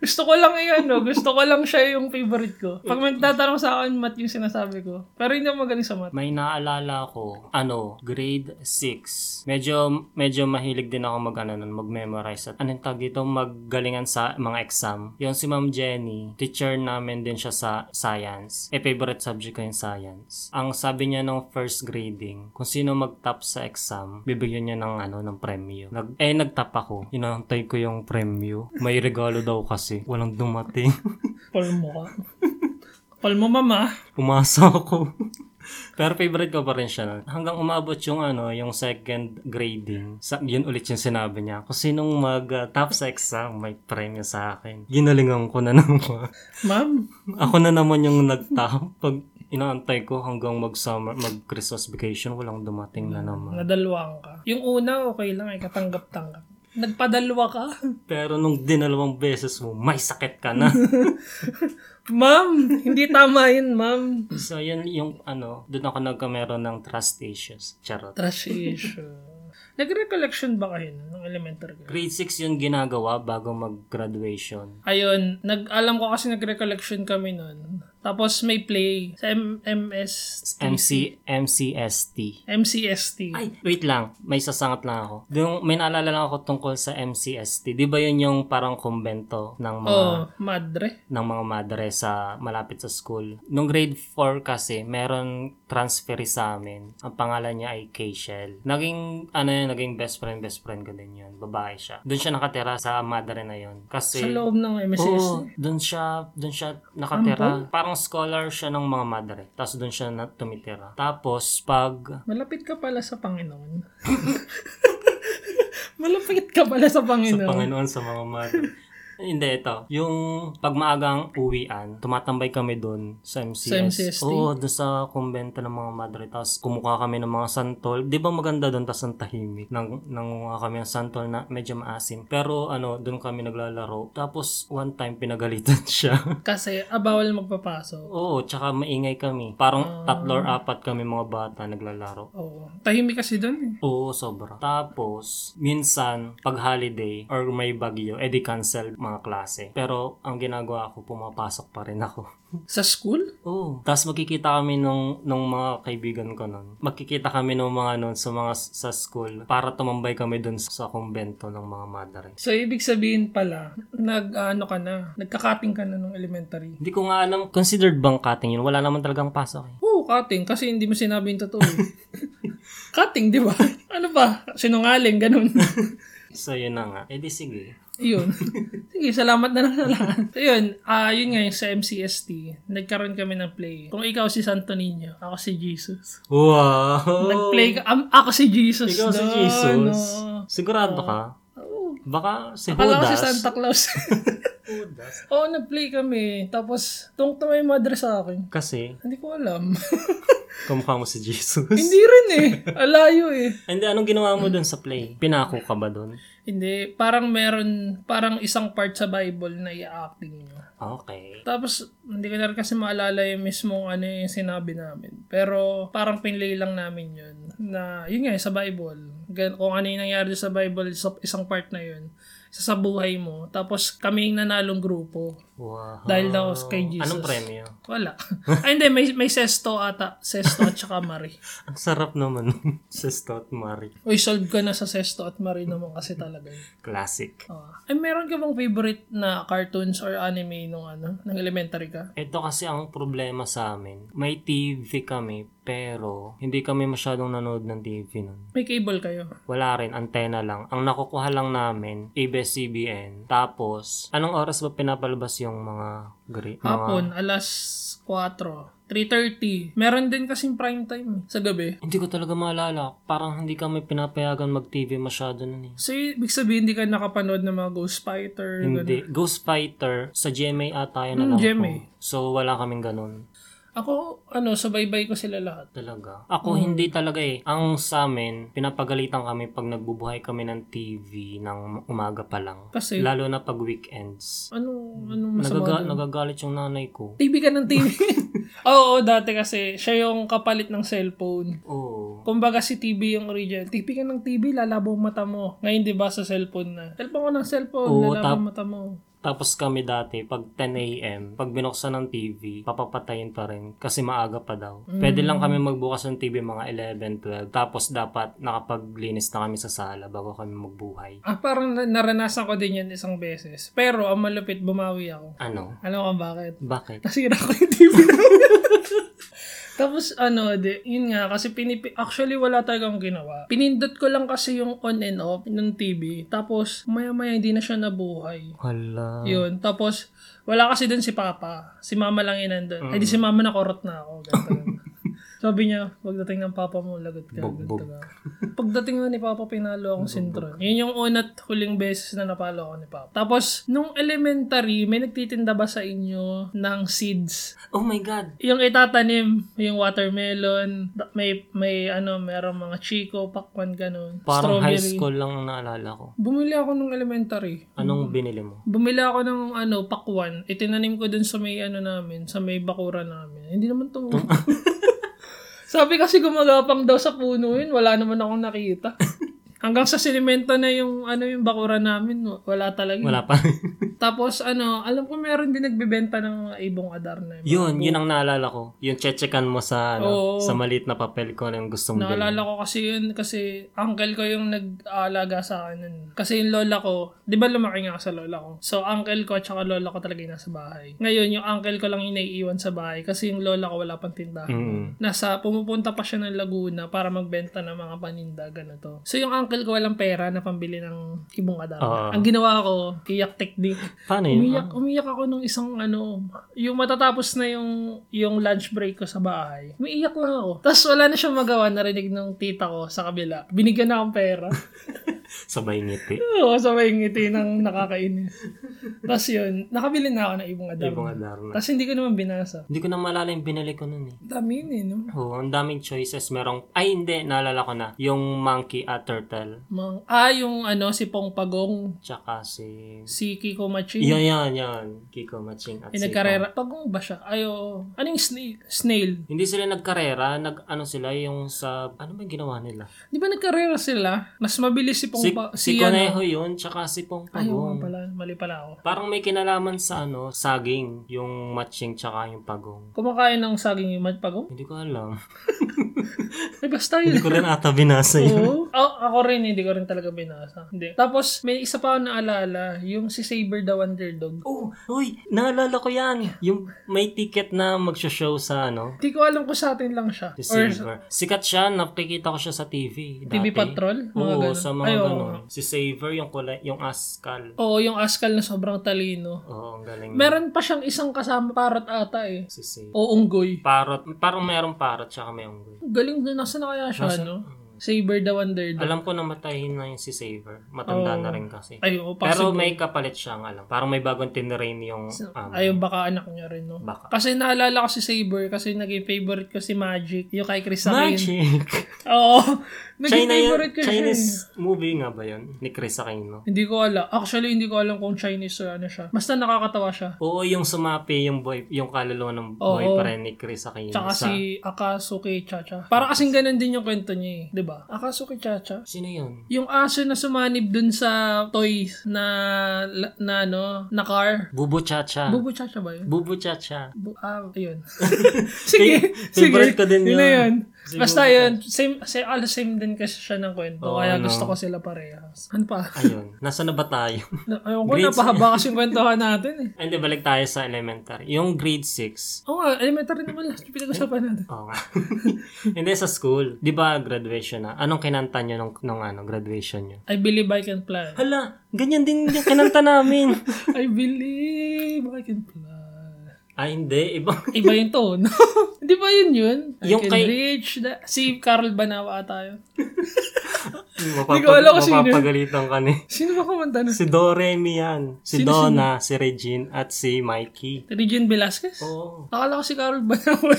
Speaker 2: gusto ko lang yun, no? Gusto ko lang siya yung favorite ko. Pag magtatanong sa akin, math yung sinasabi ko. Pero hindi ako magaling sa math.
Speaker 1: May naalala ko, ano, grade 6. Medyo, medyo mahilig din ako mag, ano, nun, mag-memorize. At anong tag dito, maggalingan sa mga exam. Yung si Ma'am Jenny, teacher namin din siya sa science. Eh, favorite subject ko yung science. Ang sabi niya nung first grading, kung sino mag-top sa exam, bibigyan niya ng, ano, ng premyo. Nag, eh, nag-top ako. Inantay ko yung premyo. May regalo daw kasi. Walang dumating.
Speaker 2: Kapal mo ka. Kapal mo, mama.
Speaker 1: Umasa ako. Pero favorite ko pa rin siya nun. Hanggang umabot yung ano, yung second grading. Sa, yun ulit yung sinabi niya. Kung sinong mag uh, top sa exam, may premyo sa akin. Ginalingan ko na naman.
Speaker 2: Ma'am.
Speaker 1: ako na naman yung nag-top. Pag inaantay ko hanggang mag-summer, mag-Christmas vacation, walang dumating na naman.
Speaker 2: Nadalawang ka. Yung una, okay lang eh. Katanggap-tanggap. Nagpadalwa ka.
Speaker 1: Pero nung dinalawang beses mo, may sakit ka na.
Speaker 2: Ma'am, hindi tama yun, ma'am.
Speaker 1: so, yun yung ano, doon ako nagkameron ng trust issues. Charot.
Speaker 2: Trash issue. Nag-recollection ba kayo ng elementary grade?
Speaker 1: Grade 6 yung ginagawa bago mag-graduation.
Speaker 2: Ayun, nag, alam ko kasi nag-recollection kami nun. Tapos may play sa M- MS,
Speaker 1: MC, MCST.
Speaker 2: MCST.
Speaker 1: Ay, wait lang. May sasangat lang ako. Yung, may naalala lang ako tungkol sa MCST. Di ba yun yung parang kumbento ng mga,
Speaker 2: Oh, madre.
Speaker 1: ng mga madre sa malapit sa school? Nung grade 4 kasi, meron transfer sa amin. Ang pangalan niya ay Keishel. Naging, ano yun, naging best friend, best friend ko din yun. Babae siya. Doon siya nakatira sa madre na yun. Kasi,
Speaker 2: Sa loob
Speaker 1: Oo,
Speaker 2: ng MCST.
Speaker 1: doon siya, doon siya nakatira. Parang scholar siya ng mga madre. Tapos doon siya na tumitira. Tapos pag
Speaker 2: Malapit ka pala sa Panginoon. Malapit ka pala sa
Speaker 1: sa
Speaker 2: Panginoon.
Speaker 1: Panginoon sa mga madre. Hindi, ito. Yung pag maagang uwian, tumatambay kami doon sa MCS.
Speaker 2: Sa MCST?
Speaker 1: Oo, doon sa kumbento ng mga madre. Tapos kumukuha kami ng mga santol. Di ba maganda doon? Tapos ang tahimik. Nang, nanguha kami ng santol na medyo maasim. Pero ano, doon kami naglalaro. Tapos one time pinagalitan siya.
Speaker 2: Kasi ah, bawal magpapasok.
Speaker 1: Oo, tsaka maingay kami. Parang tatlo or apat kami mga bata naglalaro.
Speaker 2: Oo. Tahimik kasi doon eh.
Speaker 1: Oo, sobra. Tapos, minsan, pag holiday or may bagyo, eh di cancel mga klase. Pero, ang ginagawa ko, pumapasok pa rin ako.
Speaker 2: Sa school?
Speaker 1: Oo. Tapos, magkikita kami nung, nung mga kaibigan ko nun. Magkikita kami nung mga nun sa mga s- sa school para tumambay kami dun sa kumbento ng mga madre.
Speaker 2: So, ibig sabihin pala, nag-ano ka na, nagka-cutting ka na nung elementary.
Speaker 1: Hindi ko nga alam, considered bang cutting yun? Wala naman talagang pasok eh.
Speaker 2: Oo, cutting. Kasi hindi mo sinabi yung totoo. eh. cutting, di ba? Ano ba? Sinungaling, ganun.
Speaker 1: So, yun na nga. Eh di sige.
Speaker 2: Yun. Sige, salamat na lang sa lahat. so, yun, ah, yun nga yung sa MCST. Nagkaroon kami ng play. Kung ikaw si Santo Niño, ako si Jesus.
Speaker 1: Wow!
Speaker 2: Nag-play ka, am- ako si
Speaker 1: Oh.
Speaker 2: Jesus.
Speaker 1: Ikaw si
Speaker 2: doon,
Speaker 1: Jesus.
Speaker 2: oo.
Speaker 1: Sigurado ka?
Speaker 2: Ano? Oo.
Speaker 1: Baka si
Speaker 2: Akala ko
Speaker 1: Judas.
Speaker 2: si Santa Claus. Oo, nag-play kami. Tapos, tungtong na yung mother sa akin.
Speaker 1: Kasi,
Speaker 2: Hindi ko alam.
Speaker 1: kamukha mo si Jesus.
Speaker 2: Hindi rin eh. Alayo eh.
Speaker 1: Hindi, anong ginawa mo dun sa play? Pinako ka ba dun?
Speaker 2: Hindi. Parang meron, parang isang part sa Bible na i-acting nyo.
Speaker 1: Okay.
Speaker 2: Tapos, hindi ko na rin kasi maalala yung mismong ano yung sinabi namin. Pero, parang pinlay lang namin yun. Na, yun nga, eh, sa Bible. Gan- Kung ano yung nangyari sa Bible, sa isang part na yun. Isa sa buhay mo. Tapos, kami yung nanalong grupo.
Speaker 1: Wow.
Speaker 2: Dahil daw kay Jesus.
Speaker 1: Anong premyo?
Speaker 2: Wala. Ay, hindi. May, may sesto ata. Sesto at saka Mari.
Speaker 1: Ang sarap naman nun. Sesto at Mari.
Speaker 2: Uy, solve ka na sa sesto at Mari naman kasi talaga. yun.
Speaker 1: Classic.
Speaker 2: Oo. ay, meron ka bang favorite na cartoons or anime nung ano? Nung elementary ka?
Speaker 1: Ito kasi ang problema sa amin. May TV kami, pero hindi kami masyadong nanood ng TV nun.
Speaker 2: May cable kayo.
Speaker 1: Wala rin, antena lang. Ang nakukuha lang namin, ABS-CBN. Tapos, anong oras ba pinapalabas yung mga... Gri- mga-
Speaker 2: Hapon, alas 4. 3.30. Meron din kasing prime time eh, sa gabi.
Speaker 1: Hindi ko talaga maalala. Parang hindi kami pinapayagan mag-TV masyado nun eh.
Speaker 2: So, ibig sabihin, hindi ka nakapanood ng mga Ghost Fighter. ganun.
Speaker 1: Hindi. Ghost Fighter, sa GMA ata yun
Speaker 2: Hmm,
Speaker 1: alam
Speaker 2: GMA.
Speaker 1: ko. So, wala kaming ganun.
Speaker 2: Ako, ano, sabay-bay ko sila lahat.
Speaker 1: Talaga. Ako
Speaker 2: Hmm.
Speaker 1: hindi talaga eh. Ang sa amin, pinapagalitan kami pag nagbubuhay kami ng TV ng umaga pa lang.
Speaker 2: Kasi,
Speaker 1: Lalo na pag weekends.
Speaker 2: ano, anong masama
Speaker 1: Nagaga-
Speaker 2: doon?
Speaker 1: nagagalit yung nanay ko.
Speaker 2: TV ka ng TV. Oo, dati kasi, siya yung kapalit ng cellphone.
Speaker 1: Oo.
Speaker 2: Kumbaga si TV yung original. TV ka ng TV, lalabo ang mata mo. Ngayon, di ba, sa cellphone na. Cellphone ko ng cellphone,
Speaker 1: Oo,
Speaker 2: lalabo
Speaker 1: tap-
Speaker 2: ang mata mo.
Speaker 1: Tapos kami dati, pag 10 a.m., pag binuksan ng TV, papapatayin pa rin kasi maaga pa daw. Pwede
Speaker 2: Mm.
Speaker 1: lang kami magbukas ng TV mga 11, 12. Tapos dapat nakapaglinis na kami sa sala bago kami magbuhay.
Speaker 2: Ah, parang na- naranasan ko din yan isang beses. Pero, ang malupit, bumawi ako.
Speaker 1: Ano?
Speaker 2: Alam ko bakit.
Speaker 1: Bakit?
Speaker 2: Nasira ko yung TV namin. Tapos ano, di, yun nga, kasi pinipi, actually wala talagang ginawa. Pinindot ko lang kasi yung on and off ng TV. Tapos, maya-maya hindi na siya nabuhay.
Speaker 1: Hala.
Speaker 2: Yun. Tapos, wala kasi dun si Papa. Si Mama lang yun nandun. Ay, di
Speaker 1: Ah.
Speaker 2: si Mama nakorot na ako. Ganito, ganito. Sabi niya, pagdating ng Papa mo, lagot ka. ganito
Speaker 1: Bugbog.
Speaker 2: ka. Pagdating na ni Papa, pinalo akong sintron. Yun yung una't huling beses na napalo ako ni Papa. Tapos, nung elementary, may nagtitinda ba sa inyo ng seeds?
Speaker 1: Oh my God!
Speaker 2: Yung itatanim, yung watermelon, da- may, may ano, merong mga chico, pakwan, ganun.
Speaker 1: Parang high school lang ang naalala ko.
Speaker 2: Bumili ako nung elementary.
Speaker 1: Anong binili mo?
Speaker 2: Bumili ako ng ano, pakwan. Itinanim ko dun sa may ano namin, sa may bakura namin. Hindi naman tungo. Sabi kasi gumagapang daw sa puno yun. Wala naman akong nakita. Hanggang sa sinimento na yung ano yung bakura namin, wa- wala talaga.
Speaker 1: Wala pa.
Speaker 2: Tapos ano, alam ko meron din nagbebenta ng mga ibong adar na yun.
Speaker 1: yun, yun ang naalala ko. Yung chechekan mo sa ano,
Speaker 2: Oo.
Speaker 1: sa maliit na papel ko yung gusto mong bilhin.
Speaker 2: Naalala ko kasi yun kasi uncle ko yung nag-aalaga sa akin nun. Kasi yung lola ko, di ba lumaki nga ako sa lola ko? So uncle ko at saka lola ko talaga yung nasa bahay. Ngayon yung uncle ko lang yung naiiwan sa bahay kasi yung lola ko wala pang tindahan.
Speaker 1: Mm.
Speaker 2: Nasa, pumupunta pa siya ng Laguna para magbenta ng mga paninda, ganito. So yung uncle ko walang pera na pambili ng ibong kadama.
Speaker 1: Ah.
Speaker 2: Ang ginawa ko, iyak technique.
Speaker 1: Paano yun?
Speaker 2: Umiyak, umiyak ako nung isang ano, yung matatapos na yung yung lunch break ko sa bahay. Umiiyak lang ako. Tapos wala na siyang magawa, narinig ng tita ko sa kabila. Binigyan na akong pera.
Speaker 1: Sabay ngiti.
Speaker 2: Oo, sabay ngiti ng nakakainis. Tapos yun, nakabili na ako ng ibong adam.
Speaker 1: Ibang adarna.
Speaker 2: Tapos hindi ko naman binasa.
Speaker 1: Hindi ko na maalala yung binili ko nun eh.
Speaker 2: Dami yun eh, no?
Speaker 1: Oo, ang daming choices. Merong, ay hindi, naalala ko na. Yung monkey at turtle.
Speaker 2: Mang, ah, yung ano, si Pong Pagong,
Speaker 1: Tsaka si...
Speaker 2: si Kiko Machi.
Speaker 1: Yan, yan, yan. Kiko Matching at
Speaker 2: Eh,
Speaker 1: si...
Speaker 2: nagkarera. Pagong ba siya? Ay, oo. Anong snail? Snail.
Speaker 1: Hindi sila nagkarera. Nag, ano sila, yung sa... Ano ba yung ginawa nila?
Speaker 2: Di ba nagkarera sila? Mas mabilis si Pong
Speaker 1: Si,
Speaker 2: Pa-
Speaker 1: si,
Speaker 2: ano-
Speaker 1: Conejo yun, tsaka si Pong
Speaker 2: Ay, oo
Speaker 1: Pagong.
Speaker 2: nga pala. Mali pala ako.
Speaker 1: Parang may kinalaman sa ano, saging. Yung matching tsaka yung pagong.
Speaker 2: Kumakain ng saging yung magpagong?
Speaker 1: Hindi ko alam.
Speaker 2: Ay, basta
Speaker 1: Hindi
Speaker 2: yun.
Speaker 1: ko rin ata binasa yun.
Speaker 2: Oo. A- ako rin, hindi ko rin talaga binasa. Hindi. Tapos, may isa pa ako naalala, yung si Saber the Wonder Dog.
Speaker 1: Oh, uy, naalala ko yan. Yung may ticket na magsho-show sa ano,
Speaker 2: Hindi ko alam kung sa atin lang siya.
Speaker 1: The
Speaker 2: Or
Speaker 1: Silver. Sikat siya, nakikita ko siya sa TV. Dati.
Speaker 2: TV Patrol? Mga
Speaker 1: Oo,
Speaker 2: ganun.
Speaker 1: sa mga
Speaker 2: Ay, oo,
Speaker 1: nun. Si Saver, yung, kulay, yung askal.
Speaker 2: Oo, yung Askal na sobrang talino.
Speaker 1: Oo, ang galing. nun.
Speaker 2: Meron pa siyang isang kasama parot ata eh.
Speaker 1: Si Saver.
Speaker 2: O unggoy.
Speaker 1: Parrot. Parang merong parrot, tsaka may unggoy.
Speaker 2: Galing na. Nasaan na kaya siya,
Speaker 1: Nasa- Mm.
Speaker 2: no? Saber the Wonder Dog.
Speaker 1: Alam ko na matayin na yung si Saver. Matanda
Speaker 2: Oo.
Speaker 1: na rin kasi.
Speaker 2: Ay, oo,
Speaker 1: Pero
Speaker 2: possible.
Speaker 1: may kapalit siyang alam. Parang may bagong tinrain yung um,
Speaker 2: Ayun, baka anak niya rin, no?
Speaker 1: baka.
Speaker 2: Kasi naalala ko si Saber kasi naging favorite ko si Magic. Yung kay Chris Akin.
Speaker 1: Magic!
Speaker 2: Oo. naging
Speaker 1: China yun.
Speaker 2: favorite ko siya. eh.
Speaker 1: Chinese movie nga ba yun? Ni Chris Aquino.
Speaker 2: Hindi ko alam. Actually, hindi ko alam kung Chinese or ano siya. Basta nakakatawa siya.
Speaker 1: Oo, yung sumapi yung boy, yung kaluluwa ng
Speaker 2: Oo.
Speaker 1: boyfriend ni Chris Aquino.
Speaker 2: Tsaka
Speaker 1: sa-
Speaker 2: si Akasuke Chacha. Para kasing ganun din yung kwento niya eh. 'Di ba? Akasuke Chacha.
Speaker 1: Sino yun?
Speaker 2: Yung aso na sumanib dun sa toy na, na ano, na car.
Speaker 1: Bubu Chacha.
Speaker 2: Bubu Chacha ba yun?
Speaker 1: Bubu Chacha.
Speaker 2: Bu- ah, ayun. sige,
Speaker 1: Favorite ko
Speaker 2: sige.
Speaker 1: din
Speaker 2: Yun
Speaker 1: yun.
Speaker 2: na yun.
Speaker 1: Si
Speaker 2: Basta
Speaker 1: Bubu
Speaker 2: yun, same, same, all same din kasi siya ng kwento.
Speaker 1: Oo, ano.
Speaker 2: kaya
Speaker 1: no.
Speaker 2: gusto ko sila parehas. Ano pa?
Speaker 1: Ayun. Nasa na ba tayo?
Speaker 2: Na- Ayun ko,
Speaker 1: Grades.
Speaker 2: napahaba kasi yung kwentuhan natin eh.
Speaker 1: Hindi, balik tayo sa elementary. Yung grade 6.
Speaker 2: Oo nga, elementary naman last yung pinag-usapan natin.
Speaker 1: Oo nga. Hindi, sa school. Di ba graduation na? Anong kinanta nyo nung, nung ano, graduation nyo?
Speaker 2: I believe I can fly.
Speaker 1: Hala, ganyan din yung kinanta namin.
Speaker 2: I believe I can fly.
Speaker 1: Ay, hindi. Ibang
Speaker 2: Iba yung tone. Di ba yun yun? I
Speaker 1: Yung
Speaker 2: can
Speaker 1: kay-
Speaker 2: reach the... Si Carl Banawa ata yun.
Speaker 1: Mapapag-
Speaker 2: ko alam kung sino.
Speaker 1: mapapagalitan ka ni.
Speaker 2: Sino ba kumanta nun?
Speaker 1: Si Doremi yan. Si
Speaker 2: Sino,
Speaker 1: Donna, si Regine, at si Mikey.
Speaker 2: Regine Velasquez?
Speaker 1: Oo.
Speaker 2: Akala ko si Carl Banawa.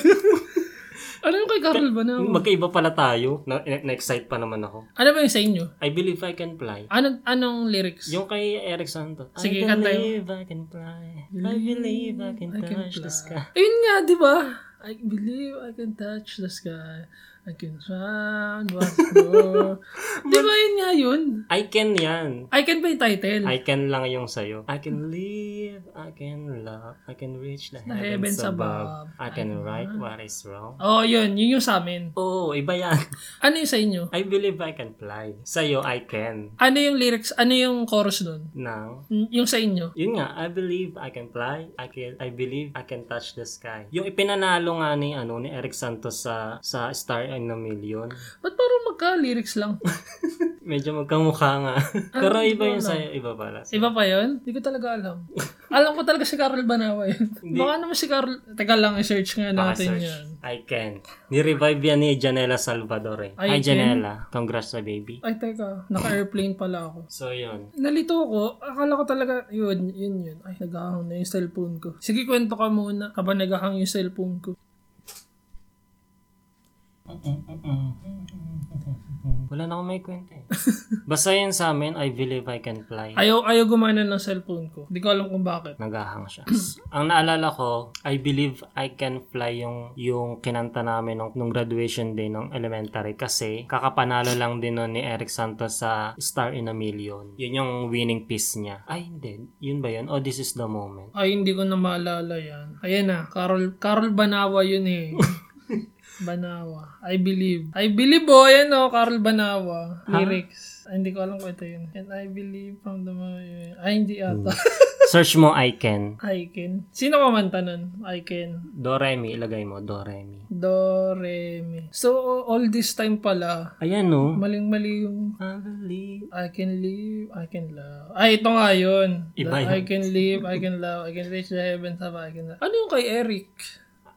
Speaker 2: ano yung kay Carl Banawa?
Speaker 1: Magkaiba pala tayo. Na- na- Na-excite pa naman ako.
Speaker 2: Ano ba yung sa inyo?
Speaker 1: I believe I can fly.
Speaker 2: Anong, anong lyrics?
Speaker 1: Yung kay Eric Santos.
Speaker 2: Sige,
Speaker 1: I
Speaker 2: kanta yun.
Speaker 1: believe I can fly. I believe I can touch the sky.
Speaker 2: Ayun nga, di ba? I believe I can touch the sky. I can sound what more. di ba yun nga yun?
Speaker 1: I can yan.
Speaker 2: I can ba yung title?
Speaker 1: I can lang yung sayo. I can live, I can love, I can reach the
Speaker 2: heavens
Speaker 1: heavens, above.
Speaker 2: above.
Speaker 1: I can right what is wrong.
Speaker 2: Oh, yun. Yun yung sa amin.
Speaker 1: Oo, oh, iba yan.
Speaker 2: Ano yung sa inyo?
Speaker 1: I believe I can fly. Sa'yo, I can.
Speaker 2: Ano yung lyrics? Ano yung chorus nun?
Speaker 1: Now,
Speaker 2: Y- Yung sa inyo?
Speaker 1: yun nga, I believe I can fly. I can, I believe I can touch the sky. Yung ipinanalo nga ni, ano, ni Eric Santos sa, sa Star in a Million.
Speaker 2: Ba't parang magka-lyrics lang?
Speaker 1: Medyo magkamukha nga. Pero
Speaker 2: Ah, hindi
Speaker 1: iba
Speaker 2: ko
Speaker 1: yun
Speaker 2: alam.
Speaker 1: sa'yo, iba pala.
Speaker 2: Iba pa yun? Hindi ko talaga alam. alam ko talaga si Carol Banawa yun. Baka naman si Carol... Teka lang, i-search nga natin
Speaker 1: Pakisearch.
Speaker 2: yan.
Speaker 1: I can. Ni-revive yan ni Janela Salvador eh.
Speaker 2: I
Speaker 1: Hi
Speaker 2: can.
Speaker 1: Janela. Congrats sa baby.
Speaker 2: Ay, teka. Naka-airplane pala ako.
Speaker 1: So yun.
Speaker 2: Nalito ko. Akala ko talaga, yun, yun, yun. Ay, nagahang na yung cellphone ko. Sige, kwento ka muna habang nagahang yung cellphone ko.
Speaker 1: Wala na akong may kwenta eh. Basta yun sa amin, I believe I can fly.
Speaker 2: Ayaw, ayaw gumana ng cellphone ko. Hindi ko alam kung bakit.
Speaker 1: Nagahang siya. Ang naalala ko, I believe I can fly yung, yung kinanta namin nung, nung graduation day ng elementary kasi kakapanalo lang din nun ni Eric Santos sa Star in a Million. Yun yung winning piece niya. Ay, hindi. Yun ba yun? Oh, this is the moment.
Speaker 2: Ay, hindi ko na maalala yan. Ayan na, Carol, Carol Banawa yun eh. Banawa. I believe. I believe oh, yan oh, Carol Banawa. Lyrics. Ay, hindi ko alam kung ito yun. And I believe from the... Ay, hindi ata.
Speaker 1: Search mo I can.
Speaker 2: I can. Sino kumanta nun? I can.
Speaker 1: Doremi, ilagay mo, Doremi.
Speaker 2: Do, re, mi. So, all this time pala,
Speaker 1: Ayan no.
Speaker 2: maling-mali yung
Speaker 1: I believe.
Speaker 2: I can live, I can love. Ay, ito nga yun. The
Speaker 1: Iba yun.
Speaker 2: I can live, I can love, I can reach the heavens, have I can love. Ano yung kay Eric?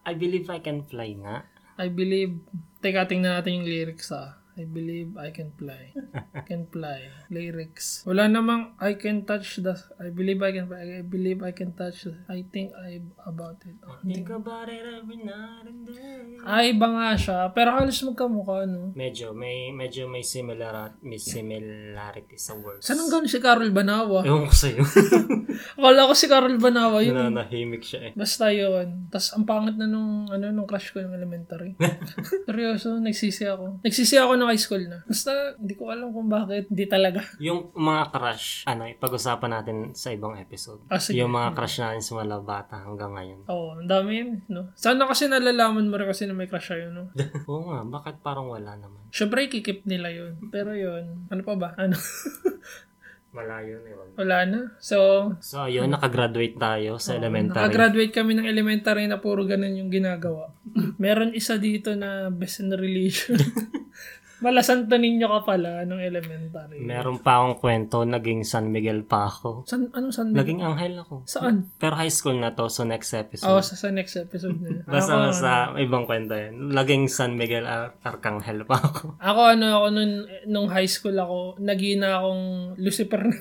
Speaker 1: I believe I can fly nga.
Speaker 2: I believe, teka, tingnan natin yung lyrics ah. I believe I can fly. I can fly. Lyrics. Wala namang I can touch the... I believe I can fly. I believe I can touch the... I think I about it. Oh,
Speaker 1: Think about it every night and day.
Speaker 2: Ay, iba nga siya. Pero halos magkamukha, no?
Speaker 1: Medyo, may, medyo may similar, may similarity sa words.
Speaker 2: Saan ang gano'n si Carol Banawa?
Speaker 1: Ewan ko sa'yo.
Speaker 2: Akala ko si Carol Banawa yun.
Speaker 1: Nananahimik siya eh.
Speaker 2: Basta yun. Tapos ang pangit na nung, ano, nung crush ko ng elementary. Seryoso, nagsisi ako. Nagsisi ako ng high school na. Basta, hindi ko alam kung bakit. Hindi talaga.
Speaker 1: Yung mga crush, ano, pag-usapan natin sa ibang episode.
Speaker 2: Ah, sige.
Speaker 1: Yung mga crush natin sa mga bata hanggang ngayon.
Speaker 2: Oo, ang dami yun. No? Sana kasi nalalaman mo rin kasi na may crush siya yun. No?
Speaker 1: Oo nga, bakit parang wala naman?
Speaker 2: Siyempre, kikip nila yun. Pero yun, ano pa ba? Ano?
Speaker 1: Malayo na yun.
Speaker 2: Wala na. So,
Speaker 1: So, yun, nakagraduate tayo sa elementary.
Speaker 2: nakagraduate kami ng elementary na puro ganun yung ginagawa. Meron isa dito na best in religion. Malasanto ninyo ka pala nung elementary.
Speaker 1: Meron pa akong kwento, naging San Miguel pa ako.
Speaker 2: San, ano San Miguel?
Speaker 1: Naging anghel ako.
Speaker 2: Saan?
Speaker 1: Pero high school na to, so next
Speaker 2: Oo,
Speaker 1: episode.
Speaker 2: sa, sa next episode na. yun.
Speaker 1: Basta
Speaker 2: Oh, Ako,
Speaker 1: sa ibang kwento yun. Naging San Miguel Ar- Arcangel pa ako.
Speaker 2: Ako ano ako nun, nung high school ako, nagina akong Lucifer na.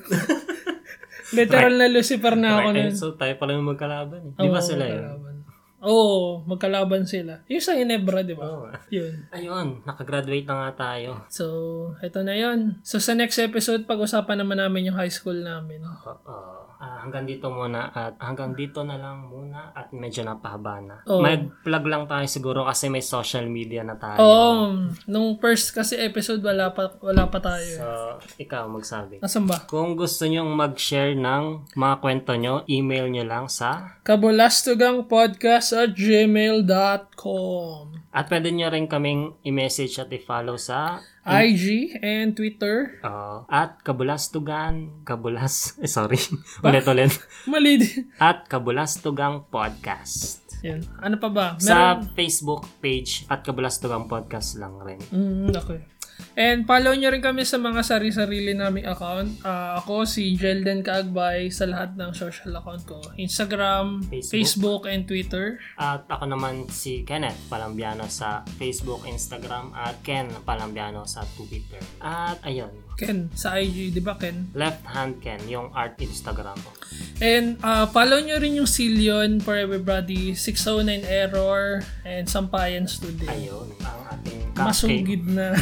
Speaker 2: Literal na Lucifer na ako
Speaker 1: Right,
Speaker 2: nun.
Speaker 1: and so tayo pala yung magkalaban. Eh. Di ba
Speaker 2: Oo,
Speaker 1: sila yun?
Speaker 2: magkalaban. Oo, magkalaban sila. Yung sa Ginebra, di ba?
Speaker 1: Oo.
Speaker 2: Yun.
Speaker 1: Ayun, nakagraduate na nga tayo.
Speaker 2: So, ito na yun. So, sa next episode, pag-usapan naman namin yung high school namin.
Speaker 1: Oo. Ah, hanggang dito muna at hanggang dito na lang muna at medyo napahaba na.
Speaker 2: Oo.
Speaker 1: Mag-plug lang tayo siguro kasi may social media na tayo.
Speaker 2: Oo, nung first kasi episode, wala pa, wala pa tayo.
Speaker 1: So, ikaw magsabi.
Speaker 2: Nasaan ba?
Speaker 1: Kung gusto nyong mag-share ng mga kwento nyo, email nyo lang sa...
Speaker 2: Kabulastugangpodcast at gmail.com
Speaker 1: At pwede nyo rin kaming i-message at i-follow sa...
Speaker 2: IG and Twitter.
Speaker 1: ah, at Kabulastugan... Kabulas... eh, sorry. ulit ulit.
Speaker 2: Mali din.
Speaker 1: At Kabulastugang Podcast.
Speaker 2: Yan. Ano pa ba?
Speaker 1: Sa Facebook page at Kabulastugang Podcast lang rin.
Speaker 2: Mm, okay. And follow nyo rin kami sa mga sari-sarili naming account. Ah, ako si Jelden Kaagbay sa lahat ng social account ko. Instagram,
Speaker 1: Facebook.
Speaker 2: Facebook, and Twitter.
Speaker 1: At ako naman si Kenneth Palambiano sa Facebook, Instagram at Ken Palambiano sa Twitter. At ayun,
Speaker 2: Ken, sa IG, di ba Ken?
Speaker 1: Left Hand Ken, yung art Instagram ko.
Speaker 2: And ah, follow nyo rin yung Silion for everybody, 609 Error, and Sampayan Studio.
Speaker 1: Ayun, ang ating ka-
Speaker 2: Masugid na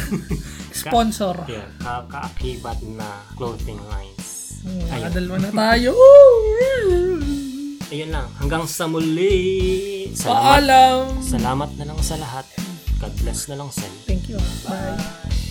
Speaker 2: sponsor.
Speaker 1: yeah, ka- kaakibat na clothing lines.
Speaker 2: Mm,
Speaker 1: Ayun.
Speaker 2: Nakadalwa na tayo. Ooh!
Speaker 1: Ayun lang, hanggang sa muli. Salamat,
Speaker 2: Paalam!
Speaker 1: salamat na lang sa lahat. God bless na lang sa'yo.
Speaker 2: Thank you. ah. Bye.
Speaker 1: Bye.